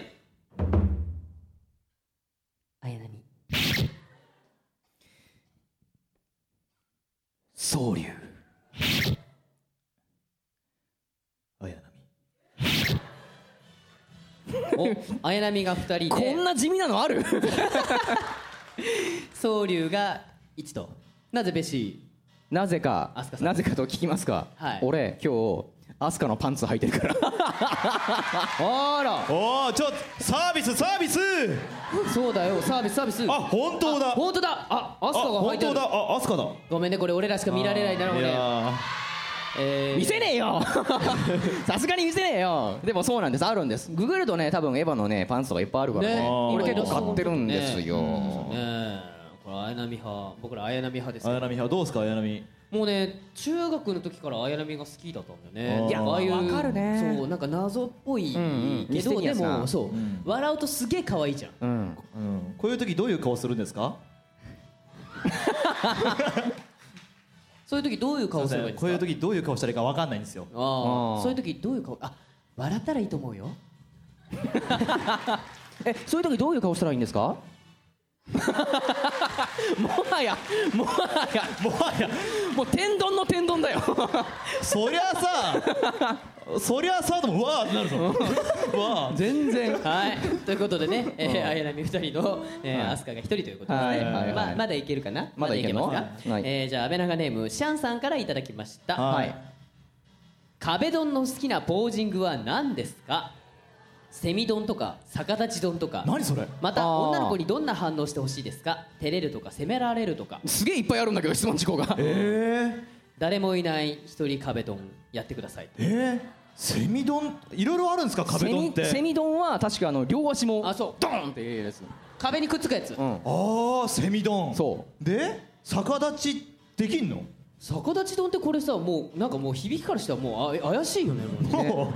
[SPEAKER 5] 総流
[SPEAKER 3] お綾波が2人で
[SPEAKER 5] こんな地味なのある
[SPEAKER 3] 総流が1となぜべし
[SPEAKER 4] なぜかなぜかと聞きますか、
[SPEAKER 3] はい
[SPEAKER 4] 俺今日アスカのパンツ履いてるから
[SPEAKER 3] あら
[SPEAKER 9] おおちょっとサービスサービス
[SPEAKER 3] そうだよサービスサービス
[SPEAKER 9] あ本当だ
[SPEAKER 3] 本当だあアスカが入ってる
[SPEAKER 9] あ本当だあアスカだ
[SPEAKER 3] ごめんねこれ俺らしか見られないだろう
[SPEAKER 9] い
[SPEAKER 3] ね
[SPEAKER 9] や
[SPEAKER 3] えー
[SPEAKER 4] 見せねえ よさすがに見せねえよでもそうなんですあるんですググるとね多分エヴァのねパンツとかいっぱいあるからね
[SPEAKER 3] ね
[SPEAKER 4] 俺
[SPEAKER 3] 今
[SPEAKER 4] 結構買ってるんですよ、
[SPEAKER 3] ねえこれ綾波派僕ら綾波派です
[SPEAKER 9] ー綾波はどうですか綾波
[SPEAKER 3] もうね中学の時から綾波が好きだったんだよ
[SPEAKER 9] あ
[SPEAKER 3] ね
[SPEAKER 9] ーいや
[SPEAKER 3] ああいう
[SPEAKER 9] わかるね
[SPEAKER 3] そうなんか謎っぽい
[SPEAKER 9] うんうん
[SPEAKER 3] け
[SPEAKER 9] ミステ
[SPEAKER 3] ど
[SPEAKER 9] リ
[SPEAKER 3] で
[SPEAKER 9] アスな
[SPEAKER 3] もそう笑うとすげえ可愛いじゃん
[SPEAKER 4] うん
[SPEAKER 9] こういう時どういう顔するんですか
[SPEAKER 3] そういう時どういう顔すればいいんです
[SPEAKER 9] こういう時どういう顔したらいいかわかんないんですよ
[SPEAKER 3] ああそういう時どういう顔あ笑ったらいいと思 うよ
[SPEAKER 4] えそういう時どういう顔したらいいんですか
[SPEAKER 5] もはやもはや
[SPEAKER 9] もはや
[SPEAKER 5] もう天丼の天丼だよ
[SPEAKER 9] そりゃさそりゃさでもうわーってなるぞわー
[SPEAKER 4] 全然
[SPEAKER 3] はいということでねえ
[SPEAKER 9] うん
[SPEAKER 3] ー綾波二人のえ
[SPEAKER 9] は
[SPEAKER 3] ー
[SPEAKER 9] い
[SPEAKER 3] アスカが一人ということで
[SPEAKER 4] はい
[SPEAKER 3] す
[SPEAKER 4] はいはいは
[SPEAKER 3] ね
[SPEAKER 4] い
[SPEAKER 3] まあまだいけるかな
[SPEAKER 4] まだいけるの
[SPEAKER 3] まますか
[SPEAKER 4] はい
[SPEAKER 3] えーじゃあ安倍長ネームシャンさんからいただきました
[SPEAKER 9] はい
[SPEAKER 3] 壁ドンの好きなポージングは何ですかセミドンとか逆立ちドンとか
[SPEAKER 9] 何それ
[SPEAKER 3] また
[SPEAKER 4] あー
[SPEAKER 3] 女の子にどんな反応してほしいですか照れるとか責められるとか
[SPEAKER 4] すげえいっぱいあるんだけど質問事項が
[SPEAKER 9] えー
[SPEAKER 3] 誰もいない一人壁ドンやってください
[SPEAKER 9] えーセミドンいろいろあるんですか壁
[SPEAKER 4] セ
[SPEAKER 9] ドンっ
[SPEAKER 4] ミ
[SPEAKER 9] て
[SPEAKER 4] セミドンは確かあの両足も
[SPEAKER 3] あそう
[SPEAKER 4] ドーンっていうやつ、
[SPEAKER 3] 壁にくっつくやつ
[SPEAKER 4] うん、
[SPEAKER 9] ああセミドン
[SPEAKER 4] そ
[SPEAKER 9] で逆立ちできんの
[SPEAKER 3] 逆立ち丼ってこれさもうなんかもう響きからしてはもうあ怪しいよねもうね
[SPEAKER 9] も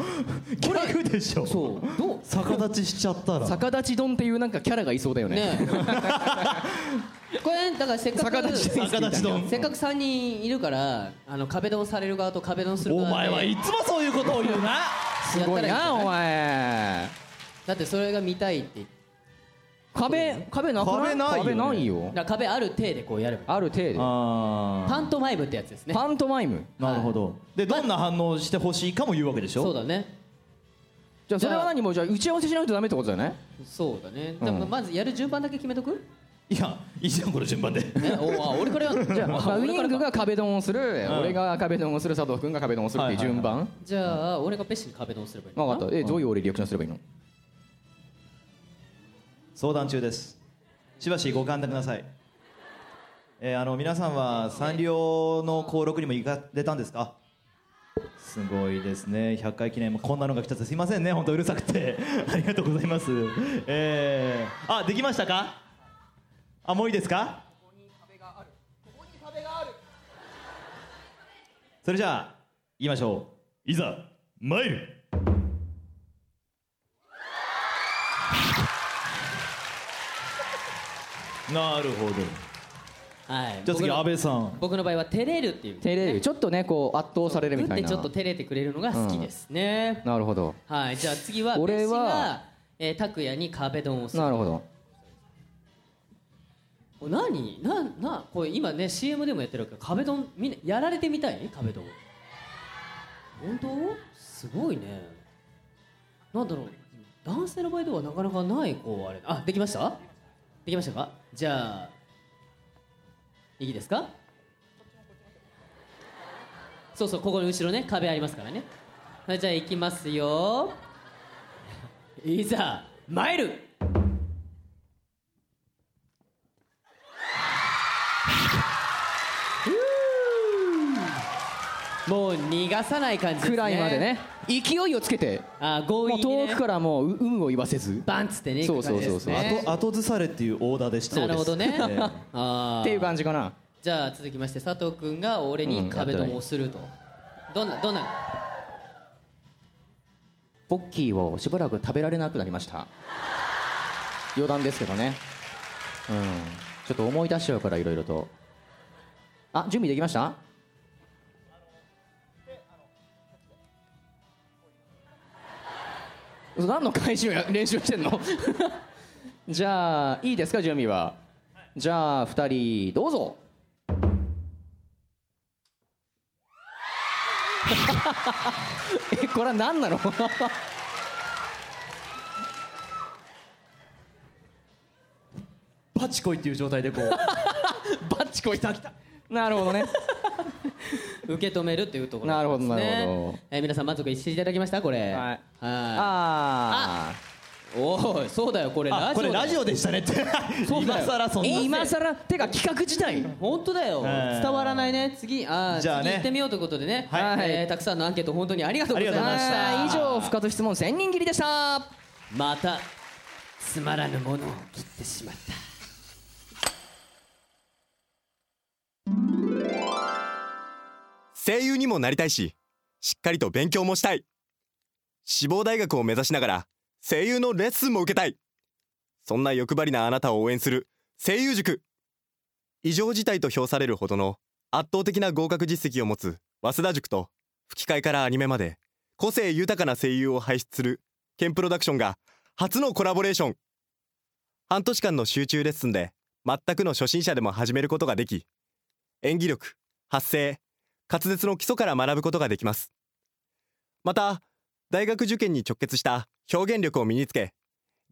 [SPEAKER 9] う ギャグでしょ
[SPEAKER 3] そうどう
[SPEAKER 9] 逆立ちしちゃった
[SPEAKER 4] う
[SPEAKER 9] ら
[SPEAKER 4] 逆立ちドンっていうなんかキャラがいそうだよね
[SPEAKER 3] ねえこれだからせっかく
[SPEAKER 4] 逆立ち
[SPEAKER 9] 逆立ちドン
[SPEAKER 3] せっかく3人いるからあの壁ドンされる側と壁ドンする
[SPEAKER 9] お
[SPEAKER 3] 側
[SPEAKER 9] 前
[SPEAKER 3] で
[SPEAKER 9] はいつもそういうことを言うな
[SPEAKER 4] すごいなお前
[SPEAKER 3] だってそれが見たいって言って
[SPEAKER 4] 壁壁なくな
[SPEAKER 9] 壁
[SPEAKER 4] い
[SPEAKER 9] ないよね
[SPEAKER 4] 壁ないよ
[SPEAKER 3] だから壁ある体でこうやる
[SPEAKER 4] ある程度
[SPEAKER 9] あ
[SPEAKER 3] パントマイムってやつですね
[SPEAKER 4] パントマイム
[SPEAKER 9] なるほどでどんな反応してほしいかも言うわけでしょ
[SPEAKER 3] そうだね
[SPEAKER 4] じゃあそれは何もうじゃあ打ち合わせしないとダメってことだよね
[SPEAKER 3] そうだね
[SPEAKER 4] うん
[SPEAKER 3] でもまずやる順番だけ決めとく、
[SPEAKER 9] いやいいじゃんこれ順番で
[SPEAKER 3] ね、おあ俺からやるの
[SPEAKER 4] じゃあ、まあ、ウ
[SPEAKER 3] 俺
[SPEAKER 4] イ
[SPEAKER 3] か
[SPEAKER 4] ン
[SPEAKER 3] ら
[SPEAKER 4] グが壁ドンをする、
[SPEAKER 9] うん
[SPEAKER 4] 俺が壁ドンをする佐藤君が壁ドンをするっていう順番、
[SPEAKER 3] じゃあ俺がペッシに壁ドンすればいいの
[SPEAKER 4] 分
[SPEAKER 3] な
[SPEAKER 4] かったえどういう俺リアクションすればいいの
[SPEAKER 9] 相談中ですしばしご勘諾くださいえーあの皆さんはサンリオの登録にも行かれたんですかすごいですね100回記念もこんなのが来ちゃってすいませんね本当うるさくてありがとうございますえー、あできましたかあもういいですかそれじゃあ言いましょういざ参るなるほど
[SPEAKER 3] はい、
[SPEAKER 9] じゃあ次
[SPEAKER 3] 僕の
[SPEAKER 9] 安倍さん
[SPEAKER 3] 僕の場合は照れるっていう
[SPEAKER 4] 照れるちょっとねこう圧倒されるみ
[SPEAKER 3] 打ったて
[SPEAKER 4] いな
[SPEAKER 3] ちょっと照れてくれるのが好きですね、
[SPEAKER 4] なるほど
[SPEAKER 3] はいじゃあ次は
[SPEAKER 4] 俺は
[SPEAKER 3] ペッシがえー拓也、に壁ドンをする
[SPEAKER 4] なるほど
[SPEAKER 3] お何ななこれ今ね CM でもやってるけど壁ドンみんなやられてみたい壁ドン本当すごいねなんだろう男性の場合ではなかなかないこうあれあできましたできましたかじゃあいいですかそうそうここの後ろね壁ありますからねはいじゃあ行きますよいざ参るもう逃がさない感じですね
[SPEAKER 4] くらいまでね勢いをつけて
[SPEAKER 3] あ強引にね
[SPEAKER 4] もう遠くからもう有無を言わせず
[SPEAKER 3] バンつってね
[SPEAKER 4] そうそうそうそう、
[SPEAKER 3] 行く感じですね
[SPEAKER 9] 後後ずされっていうオーダーでした
[SPEAKER 3] なるほどね
[SPEAKER 9] そうですええ
[SPEAKER 3] あー
[SPEAKER 4] っていう感じかな
[SPEAKER 3] じゃあ続きまして佐藤君が俺に壁ドンをすると、どんなどんな
[SPEAKER 4] ポッキーをしばらく食べられなくなりました余談ですけどねうんちょっと思い出しちゃうからいろいろとあ準備できました嘘何の回収や練習してんの じゃあいいですか準備はじゃあ2人どうぞ えこれは何なの
[SPEAKER 9] バチコイっていう状態でこ うバチコイ来た来た
[SPEAKER 4] なるほどね
[SPEAKER 3] 受け止めるというところ
[SPEAKER 4] なるほ
[SPEAKER 3] で
[SPEAKER 4] ど
[SPEAKER 3] すね
[SPEAKER 4] なるほど
[SPEAKER 3] えー皆さん満足していただきましたこれ
[SPEAKER 4] はい
[SPEAKER 3] い
[SPEAKER 4] あ
[SPEAKER 3] おいそうだよこれラジオ
[SPEAKER 9] あこれラジオでしたねって
[SPEAKER 3] そうだ
[SPEAKER 9] 今
[SPEAKER 3] よ
[SPEAKER 9] 更そんな
[SPEAKER 4] 今更てか企画自体
[SPEAKER 3] 本当だよ
[SPEAKER 9] えー
[SPEAKER 3] 伝わらないね次あー
[SPEAKER 9] じゃあね
[SPEAKER 3] 次行ってみようということでね、
[SPEAKER 9] はい
[SPEAKER 3] えーたくさんのアンケート本当にありがとうございました
[SPEAKER 4] はい以上深津質問千人切りでした
[SPEAKER 3] またつまらぬものを切ってしまった
[SPEAKER 12] 声優にもなりたいししっかりと勉強もしたい志望大学を目指しながら声優のレッスンも受けたいそんな欲張りなあなたを応援する声優塾異常事態と評されるほどの圧倒的な合格実績を持つ早稲田塾と吹き替えからアニメまで個性豊かな声優を輩出するケンプロダクションが初のコラボレーション半年間の集中レッスンで全くの初心者でも始めることができ演技力発声滑舌の基礎から学ぶことができますまた大学受験に直結した表現力を身につけ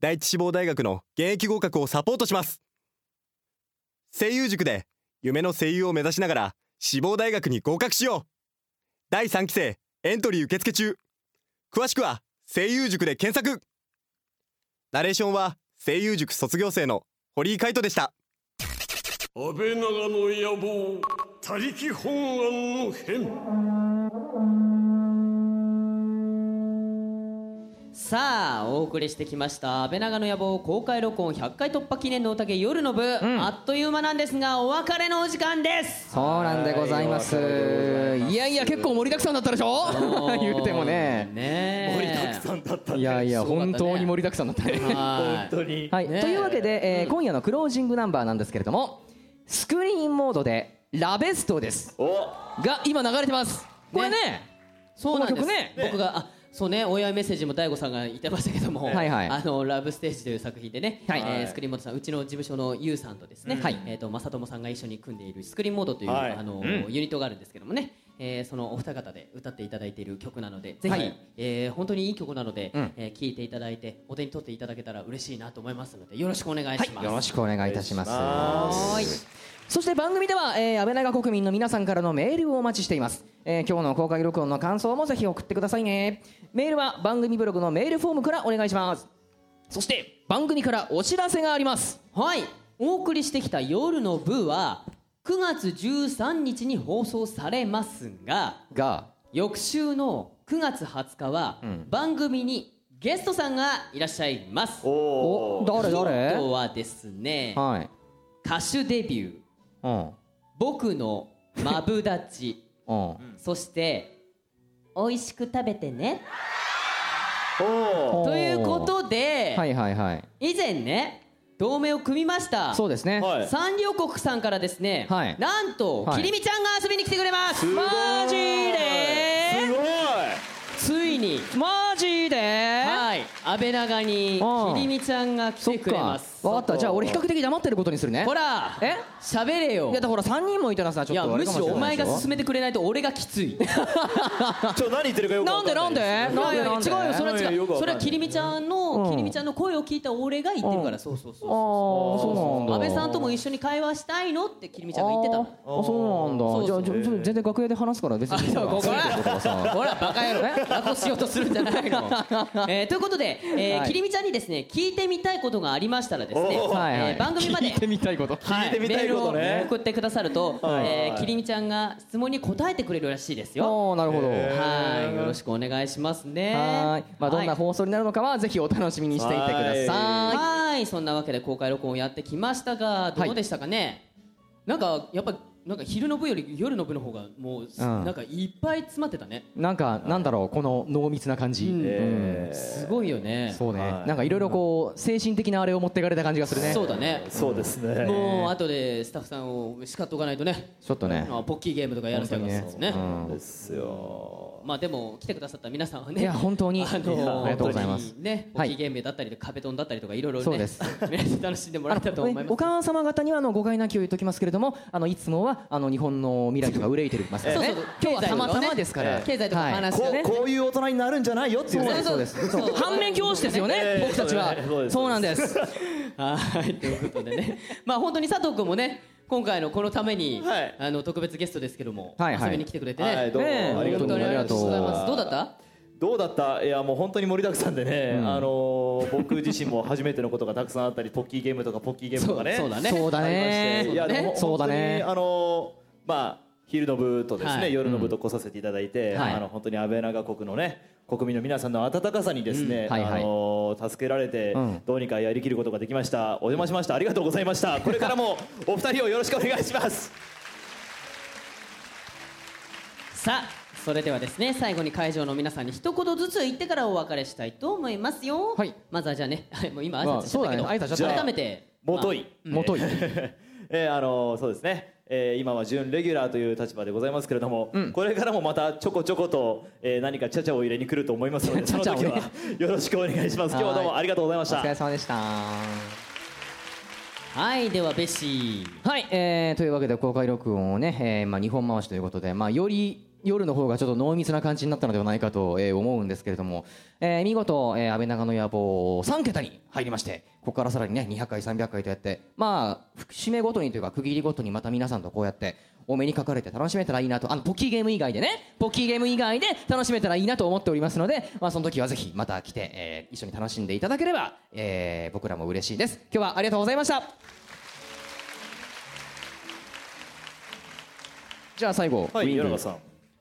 [SPEAKER 12] 第一志望大学の現役合格をサポートします声優塾で夢の声優を目指しながら志望大学に合格しよう第3期生エントリー受付中詳しくは声優塾で検索ナレーションは声優塾卒業生の堀井海斗でした
[SPEAKER 2] 安倍長の野望他力本願の変
[SPEAKER 3] さあお送りしてきました「安倍長の野望公開録音100回突破記念の宴夜の部」あっという間なんですがお別れのお時間です
[SPEAKER 4] そうなんでございますいやいや結構盛りだくさんだったでしょ 言うてもね
[SPEAKER 3] ね
[SPEAKER 4] 盛りだくさんだったいやいや
[SPEAKER 3] すごかった
[SPEAKER 4] 本
[SPEAKER 3] ね
[SPEAKER 4] 当に盛りだくさんだったね
[SPEAKER 3] はい
[SPEAKER 4] 当にはいというわけでえー今夜のクロージングナンバーなんですけれどもスクリーンモードでラベストですが今流れてますこれね
[SPEAKER 3] そうなんで
[SPEAKER 4] こ
[SPEAKER 3] す
[SPEAKER 4] の曲ね
[SPEAKER 3] 僕があそうねお祝いメッセージも大悟さんが言ってましたけども「
[SPEAKER 4] はいはい
[SPEAKER 3] あのラブステージ」という作品でね、
[SPEAKER 4] はい
[SPEAKER 3] えースクリーンモードさんうちの事務所のゆうさんとですね、
[SPEAKER 4] うんはい
[SPEAKER 3] えー、と正友さんが一緒に組んでいるスクリーンモードという、
[SPEAKER 4] はい
[SPEAKER 3] あの
[SPEAKER 4] うん
[SPEAKER 3] ユニットがあるんですけどもね、えーそのお二方で歌っていただいている曲なのでぜひ、
[SPEAKER 4] はい
[SPEAKER 3] えー本当にいい曲なので聴、
[SPEAKER 4] うん
[SPEAKER 3] えー聴いていただいてお手に取っていただけたら嬉しいなと思いますのでよろしくお願いします。
[SPEAKER 4] よろしくお願いいたします
[SPEAKER 3] はーい
[SPEAKER 4] そして番組では、えー、安倍長国民の皆さんからのメールをお待ちしています、えー今日の公開録音の感想もぜひ送ってくださいねメールは番組ブログのメールフォームからお願いしますそして番組からお知らせがあります
[SPEAKER 3] はいお送りしてきた夜の部は9月13日に放送されますが
[SPEAKER 4] が
[SPEAKER 3] 翌週の9月20日は番組にゲストさんがいらっしゃいます
[SPEAKER 4] おーお誰誰
[SPEAKER 3] ヒントはですね
[SPEAKER 4] はい
[SPEAKER 3] 歌手デビュー
[SPEAKER 4] うん
[SPEAKER 3] 僕のマブダチ
[SPEAKER 4] うん
[SPEAKER 3] そして美味しく食べてね
[SPEAKER 4] おー
[SPEAKER 3] ということで、
[SPEAKER 4] はいはいはい
[SPEAKER 3] 以前ね同盟を組みました
[SPEAKER 4] そうですねはい
[SPEAKER 3] サンリオ国さんからですね、
[SPEAKER 4] はい
[SPEAKER 3] なんと、
[SPEAKER 4] はい
[SPEAKER 3] きりみちゃんが遊びに来てくれますマジですごいついに
[SPEAKER 4] マジで
[SPEAKER 3] はい安倍長に
[SPEAKER 4] うん
[SPEAKER 3] きりみちゃんが来てくれます
[SPEAKER 4] わかったじゃあ俺比較的黙ってることにするね
[SPEAKER 3] ほら
[SPEAKER 4] え
[SPEAKER 3] 喋れよ
[SPEAKER 4] いやだから3人もいたらさちょっとあ
[SPEAKER 3] む
[SPEAKER 4] れかも
[SPEAKER 3] し
[SPEAKER 4] し
[SPEAKER 3] ろ
[SPEAKER 4] れ
[SPEAKER 3] お
[SPEAKER 4] な
[SPEAKER 3] 前
[SPEAKER 4] いでしょ
[SPEAKER 3] が進めてくれないと俺がき つい
[SPEAKER 9] ちょ何言ってるかよくわ
[SPEAKER 3] な
[SPEAKER 9] か
[SPEAKER 3] ん
[SPEAKER 9] んない
[SPEAKER 3] でなんで
[SPEAKER 9] な
[SPEAKER 3] なんい
[SPEAKER 9] で
[SPEAKER 3] やいや
[SPEAKER 9] なんで
[SPEAKER 3] 違うよそれは
[SPEAKER 9] うん
[SPEAKER 3] 違
[SPEAKER 9] よく
[SPEAKER 3] う
[SPEAKER 9] わかん
[SPEAKER 3] そ
[SPEAKER 9] な
[SPEAKER 3] れ
[SPEAKER 9] い
[SPEAKER 3] はきりみちゃんのきりみちゃんの声を聞いた俺が言ってるからそうそうそう
[SPEAKER 4] そう
[SPEAKER 3] 安倍さんと
[SPEAKER 4] も
[SPEAKER 3] も一緒に会話したいのってきりみちゃんが言ってたの
[SPEAKER 4] あそうなんだじゃあじゃあ全然楽屋で話すから別に
[SPEAKER 3] そうここ
[SPEAKER 4] ついてることは
[SPEAKER 3] ら
[SPEAKER 4] さ
[SPEAKER 3] ほらバカ野 郎ラコしようとするんじゃないの、えーということで、えー
[SPEAKER 4] はい
[SPEAKER 3] きりみちゃんにですね聞いてみたいことがありましたらですね、
[SPEAKER 4] おーはいはい
[SPEAKER 3] えー番組まで
[SPEAKER 4] 聞いてみたいこと
[SPEAKER 3] はいメールを送ってくださると、
[SPEAKER 4] はい
[SPEAKER 3] えーきりみちゃんが質問に答えてくれるらしいですよ
[SPEAKER 4] おーなるほど
[SPEAKER 3] はいよろしくお願いしますね
[SPEAKER 4] はいまあどんな
[SPEAKER 3] はい
[SPEAKER 4] 放送になるのかはぜひお楽しみにしていてください
[SPEAKER 3] はいそんなわけで公開録音をやってきましたがどうでしたかね、なんかやっぱなんか昼の部より夜の部の方がもう、
[SPEAKER 4] ん
[SPEAKER 3] なんかいっぱい詰まってたね
[SPEAKER 4] なんかなんだろうこの濃密な感じうん
[SPEAKER 3] すごいよね
[SPEAKER 4] そうねなんかいろいろこう精神的なあれを持ってかれた感じがするね
[SPEAKER 3] そうだねそう
[SPEAKER 9] です
[SPEAKER 3] もう後でスタッフさんを叱っとかないとね
[SPEAKER 4] ちょっとね
[SPEAKER 3] あポッキーゲームとかやらせたからですね
[SPEAKER 4] 本当にねうん
[SPEAKER 9] ですよ
[SPEAKER 3] まあでも来てくださった皆さんはね
[SPEAKER 4] いや本当に
[SPEAKER 3] あの
[SPEAKER 4] いやありがとうございます
[SPEAKER 3] 本当にねポッキーゲームだったりとか壁ドンだったりとかいろいろね
[SPEAKER 4] そうです
[SPEAKER 3] 皆さん楽しんでもらえたと思います
[SPEAKER 4] お母様方にはあの誤解なきを言っときますけれどもあのいつもはあの日本の未来とか憂いてるますからね
[SPEAKER 3] そうそう
[SPEAKER 4] 今日は
[SPEAKER 3] 経済
[SPEAKER 4] た
[SPEAKER 3] とか
[SPEAKER 4] ま
[SPEAKER 3] ね
[SPEAKER 4] たまですから
[SPEAKER 3] 経済とか
[SPEAKER 4] はい
[SPEAKER 3] 話をね
[SPEAKER 9] こうこういう大人になるんじゃないよっていうね
[SPEAKER 4] そうですそうです反面教師ですよね僕たちはそうなんです
[SPEAKER 3] はい ということでねまあ本当に佐藤君もね今回のこのために、あの特別ゲストですけども、
[SPEAKER 9] はいはい
[SPEAKER 3] 遊びに来てくれてね、
[SPEAKER 9] はいどうも
[SPEAKER 3] ねえ
[SPEAKER 9] ありがとう
[SPEAKER 3] 本当にありがとうございま
[SPEAKER 9] あ
[SPEAKER 3] す
[SPEAKER 9] り
[SPEAKER 3] ど
[SPEAKER 9] が
[SPEAKER 3] う
[SPEAKER 9] と
[SPEAKER 3] だ
[SPEAKER 9] う
[SPEAKER 3] っ
[SPEAKER 9] ご
[SPEAKER 3] た
[SPEAKER 9] どうだったいやもう本当に盛りだくさんでね、あのー僕自身も初めてのことがたくさんあったりポッキーゲームとかポッキーゲームとかね
[SPEAKER 4] そうそうだねそうだね
[SPEAKER 9] ありましていやでも
[SPEAKER 4] そうだね
[SPEAKER 9] 本当にあのーまあ昼の部とですね、
[SPEAKER 4] はい
[SPEAKER 9] 夜の部と来させていただいて、
[SPEAKER 4] うんはい
[SPEAKER 9] あの本当に安倍長国のね国民の皆さんの温かさにですね、
[SPEAKER 4] うんはいはい
[SPEAKER 9] あのー助けられて、
[SPEAKER 4] うん
[SPEAKER 9] どうにかやりきることができましたお邪魔しましたありがとうございましたこれからもお二人をよろしくお願いします
[SPEAKER 3] さあそれではですね最後に会場の皆さんに一言ずつ言ってからお別れしたいと思いますよ、まずはじゃあね もう今挨拶しちゃったけど、
[SPEAKER 9] まあそうだね挨拶しちゃった
[SPEAKER 3] 改めて
[SPEAKER 9] もとい、
[SPEAKER 3] まあ
[SPEAKER 9] えー えーあのーそうですね、えー今は準レギュラーという立場でございますけれども、これからもまたちょこちょこと、えー何かチャチャを入れに来ると思いますのでその時は よろしくお願いします今日はどうもありがとうございました
[SPEAKER 4] お疲れ様でした
[SPEAKER 3] はいではベッシー
[SPEAKER 4] はい、えーというわけで公開録音をね、えーまあ、2本回しということで、まあ、より夜の方がちょっと濃密な感じになったのではないかと、えー思うんですけれども、えー見事、えー、安倍長の野望3桁に入りましてここからさらにね200回300回とやってまあ節目ごとにというか区切りごとにまた皆さんとこうやってお目にかかれて楽しめたらいいなとあのポッキーゲーム以外でねポッキーゲーム以外で楽しめたらいいなと思っておりますので、まあ、その時はぜひまた来て、えー一緒に楽しんでいただければ、えー僕らも嬉しいです今日はありがとうございましたじゃあ最後、
[SPEAKER 9] はい
[SPEAKER 4] ウィング
[SPEAKER 9] 米川さん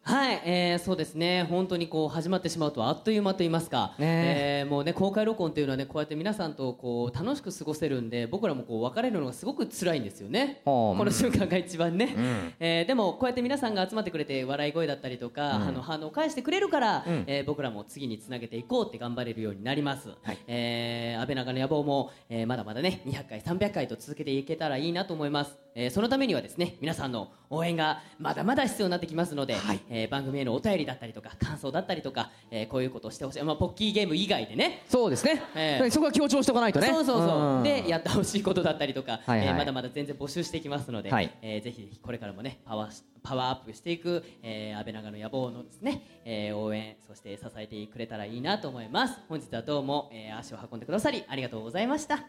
[SPEAKER 3] はい、えー、そうですね本当にこう始まってしまうとあっという間と言いますか、
[SPEAKER 4] ね
[SPEAKER 3] えーもうね公開録音というのはねこうやって皆さんとこう楽しく過ごせるんで僕らもこう別れるのがすごく辛いんですよね
[SPEAKER 4] こ
[SPEAKER 3] の瞬間が一番ね、えーでもこうやって皆さんが集まってくれて笑い声だったりとか、
[SPEAKER 4] うん
[SPEAKER 3] あの反応を返してくれるから、
[SPEAKER 4] うん
[SPEAKER 3] えー僕らも次につなげていこうって頑張れるようになります、えー安倍長の野望も、えーまだまだね200回300回と続けていけたらいいなと思います、えーそのためにはですね皆さんの応援がまだまだ必要になってきますので、えー番組へのお便りだったりとか感想だったりとか、えーこういうことをしてほしい、まあ、ポッキーゲーム以外でね
[SPEAKER 4] そうですね、
[SPEAKER 3] え
[SPEAKER 4] そこは強調しておかないとね
[SPEAKER 3] そうそうそう、
[SPEAKER 4] ん
[SPEAKER 3] でやってほしいことだったりとか、
[SPEAKER 4] はいはい
[SPEAKER 3] えーまだまだ全然募集していきますので、
[SPEAKER 4] はい
[SPEAKER 3] えーぜひぜひこれからもねパワーしパワーアップしていく、えー、安倍長の野望のですね、えー応援そして支えてくれたらいいなと思います本日はどうも、えー足を運んでくださりありがとうございました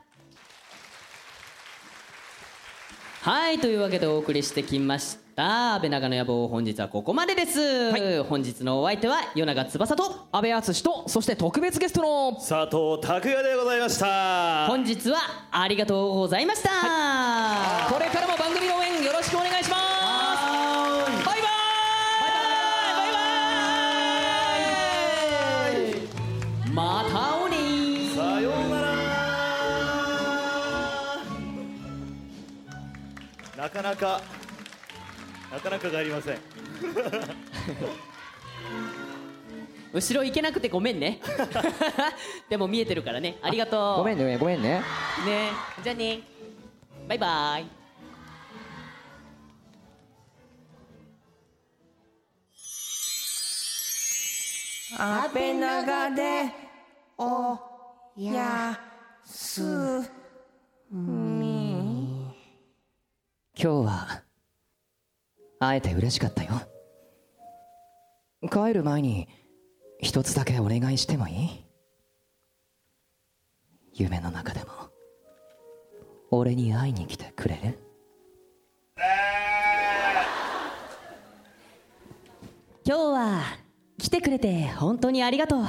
[SPEAKER 3] はいというわけでお送りしてきました安倍長の野望本日はここまでです、本日のお相手は与永翼と
[SPEAKER 4] 安倍敦とそして特別ゲストの
[SPEAKER 9] 佐藤拓也でございました
[SPEAKER 3] 本日はありがとうございました、
[SPEAKER 4] これからも番組の応援よろしくお願いしますバイバイ
[SPEAKER 3] またおね
[SPEAKER 9] さようならなかなかなかなか帰りません
[SPEAKER 3] 後ろ行けなくてごめんね でも見えてるからねありがとう
[SPEAKER 4] ごめんねごめんね
[SPEAKER 3] ねじゃあねバイバイ
[SPEAKER 1] 安倍長でおやす
[SPEAKER 13] み
[SPEAKER 3] 今日は会えて嬉しかったよ帰る前に一つだけお願いしてもいい夢の中でも俺に会いに来てくれる
[SPEAKER 1] 今日は来てくれて本当にありがとう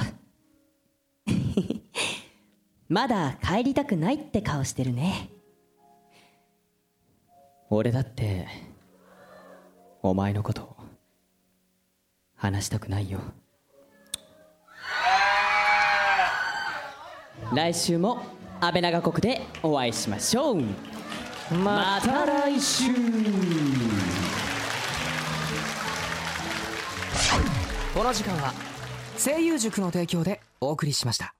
[SPEAKER 1] まだ帰りたくないって顔してるね
[SPEAKER 3] 俺だってお前のこと話したくないよ
[SPEAKER 14] 来週も安倍長国でお会いしましょう
[SPEAKER 15] また来週
[SPEAKER 3] この時間は声優塾の提供でお送りしました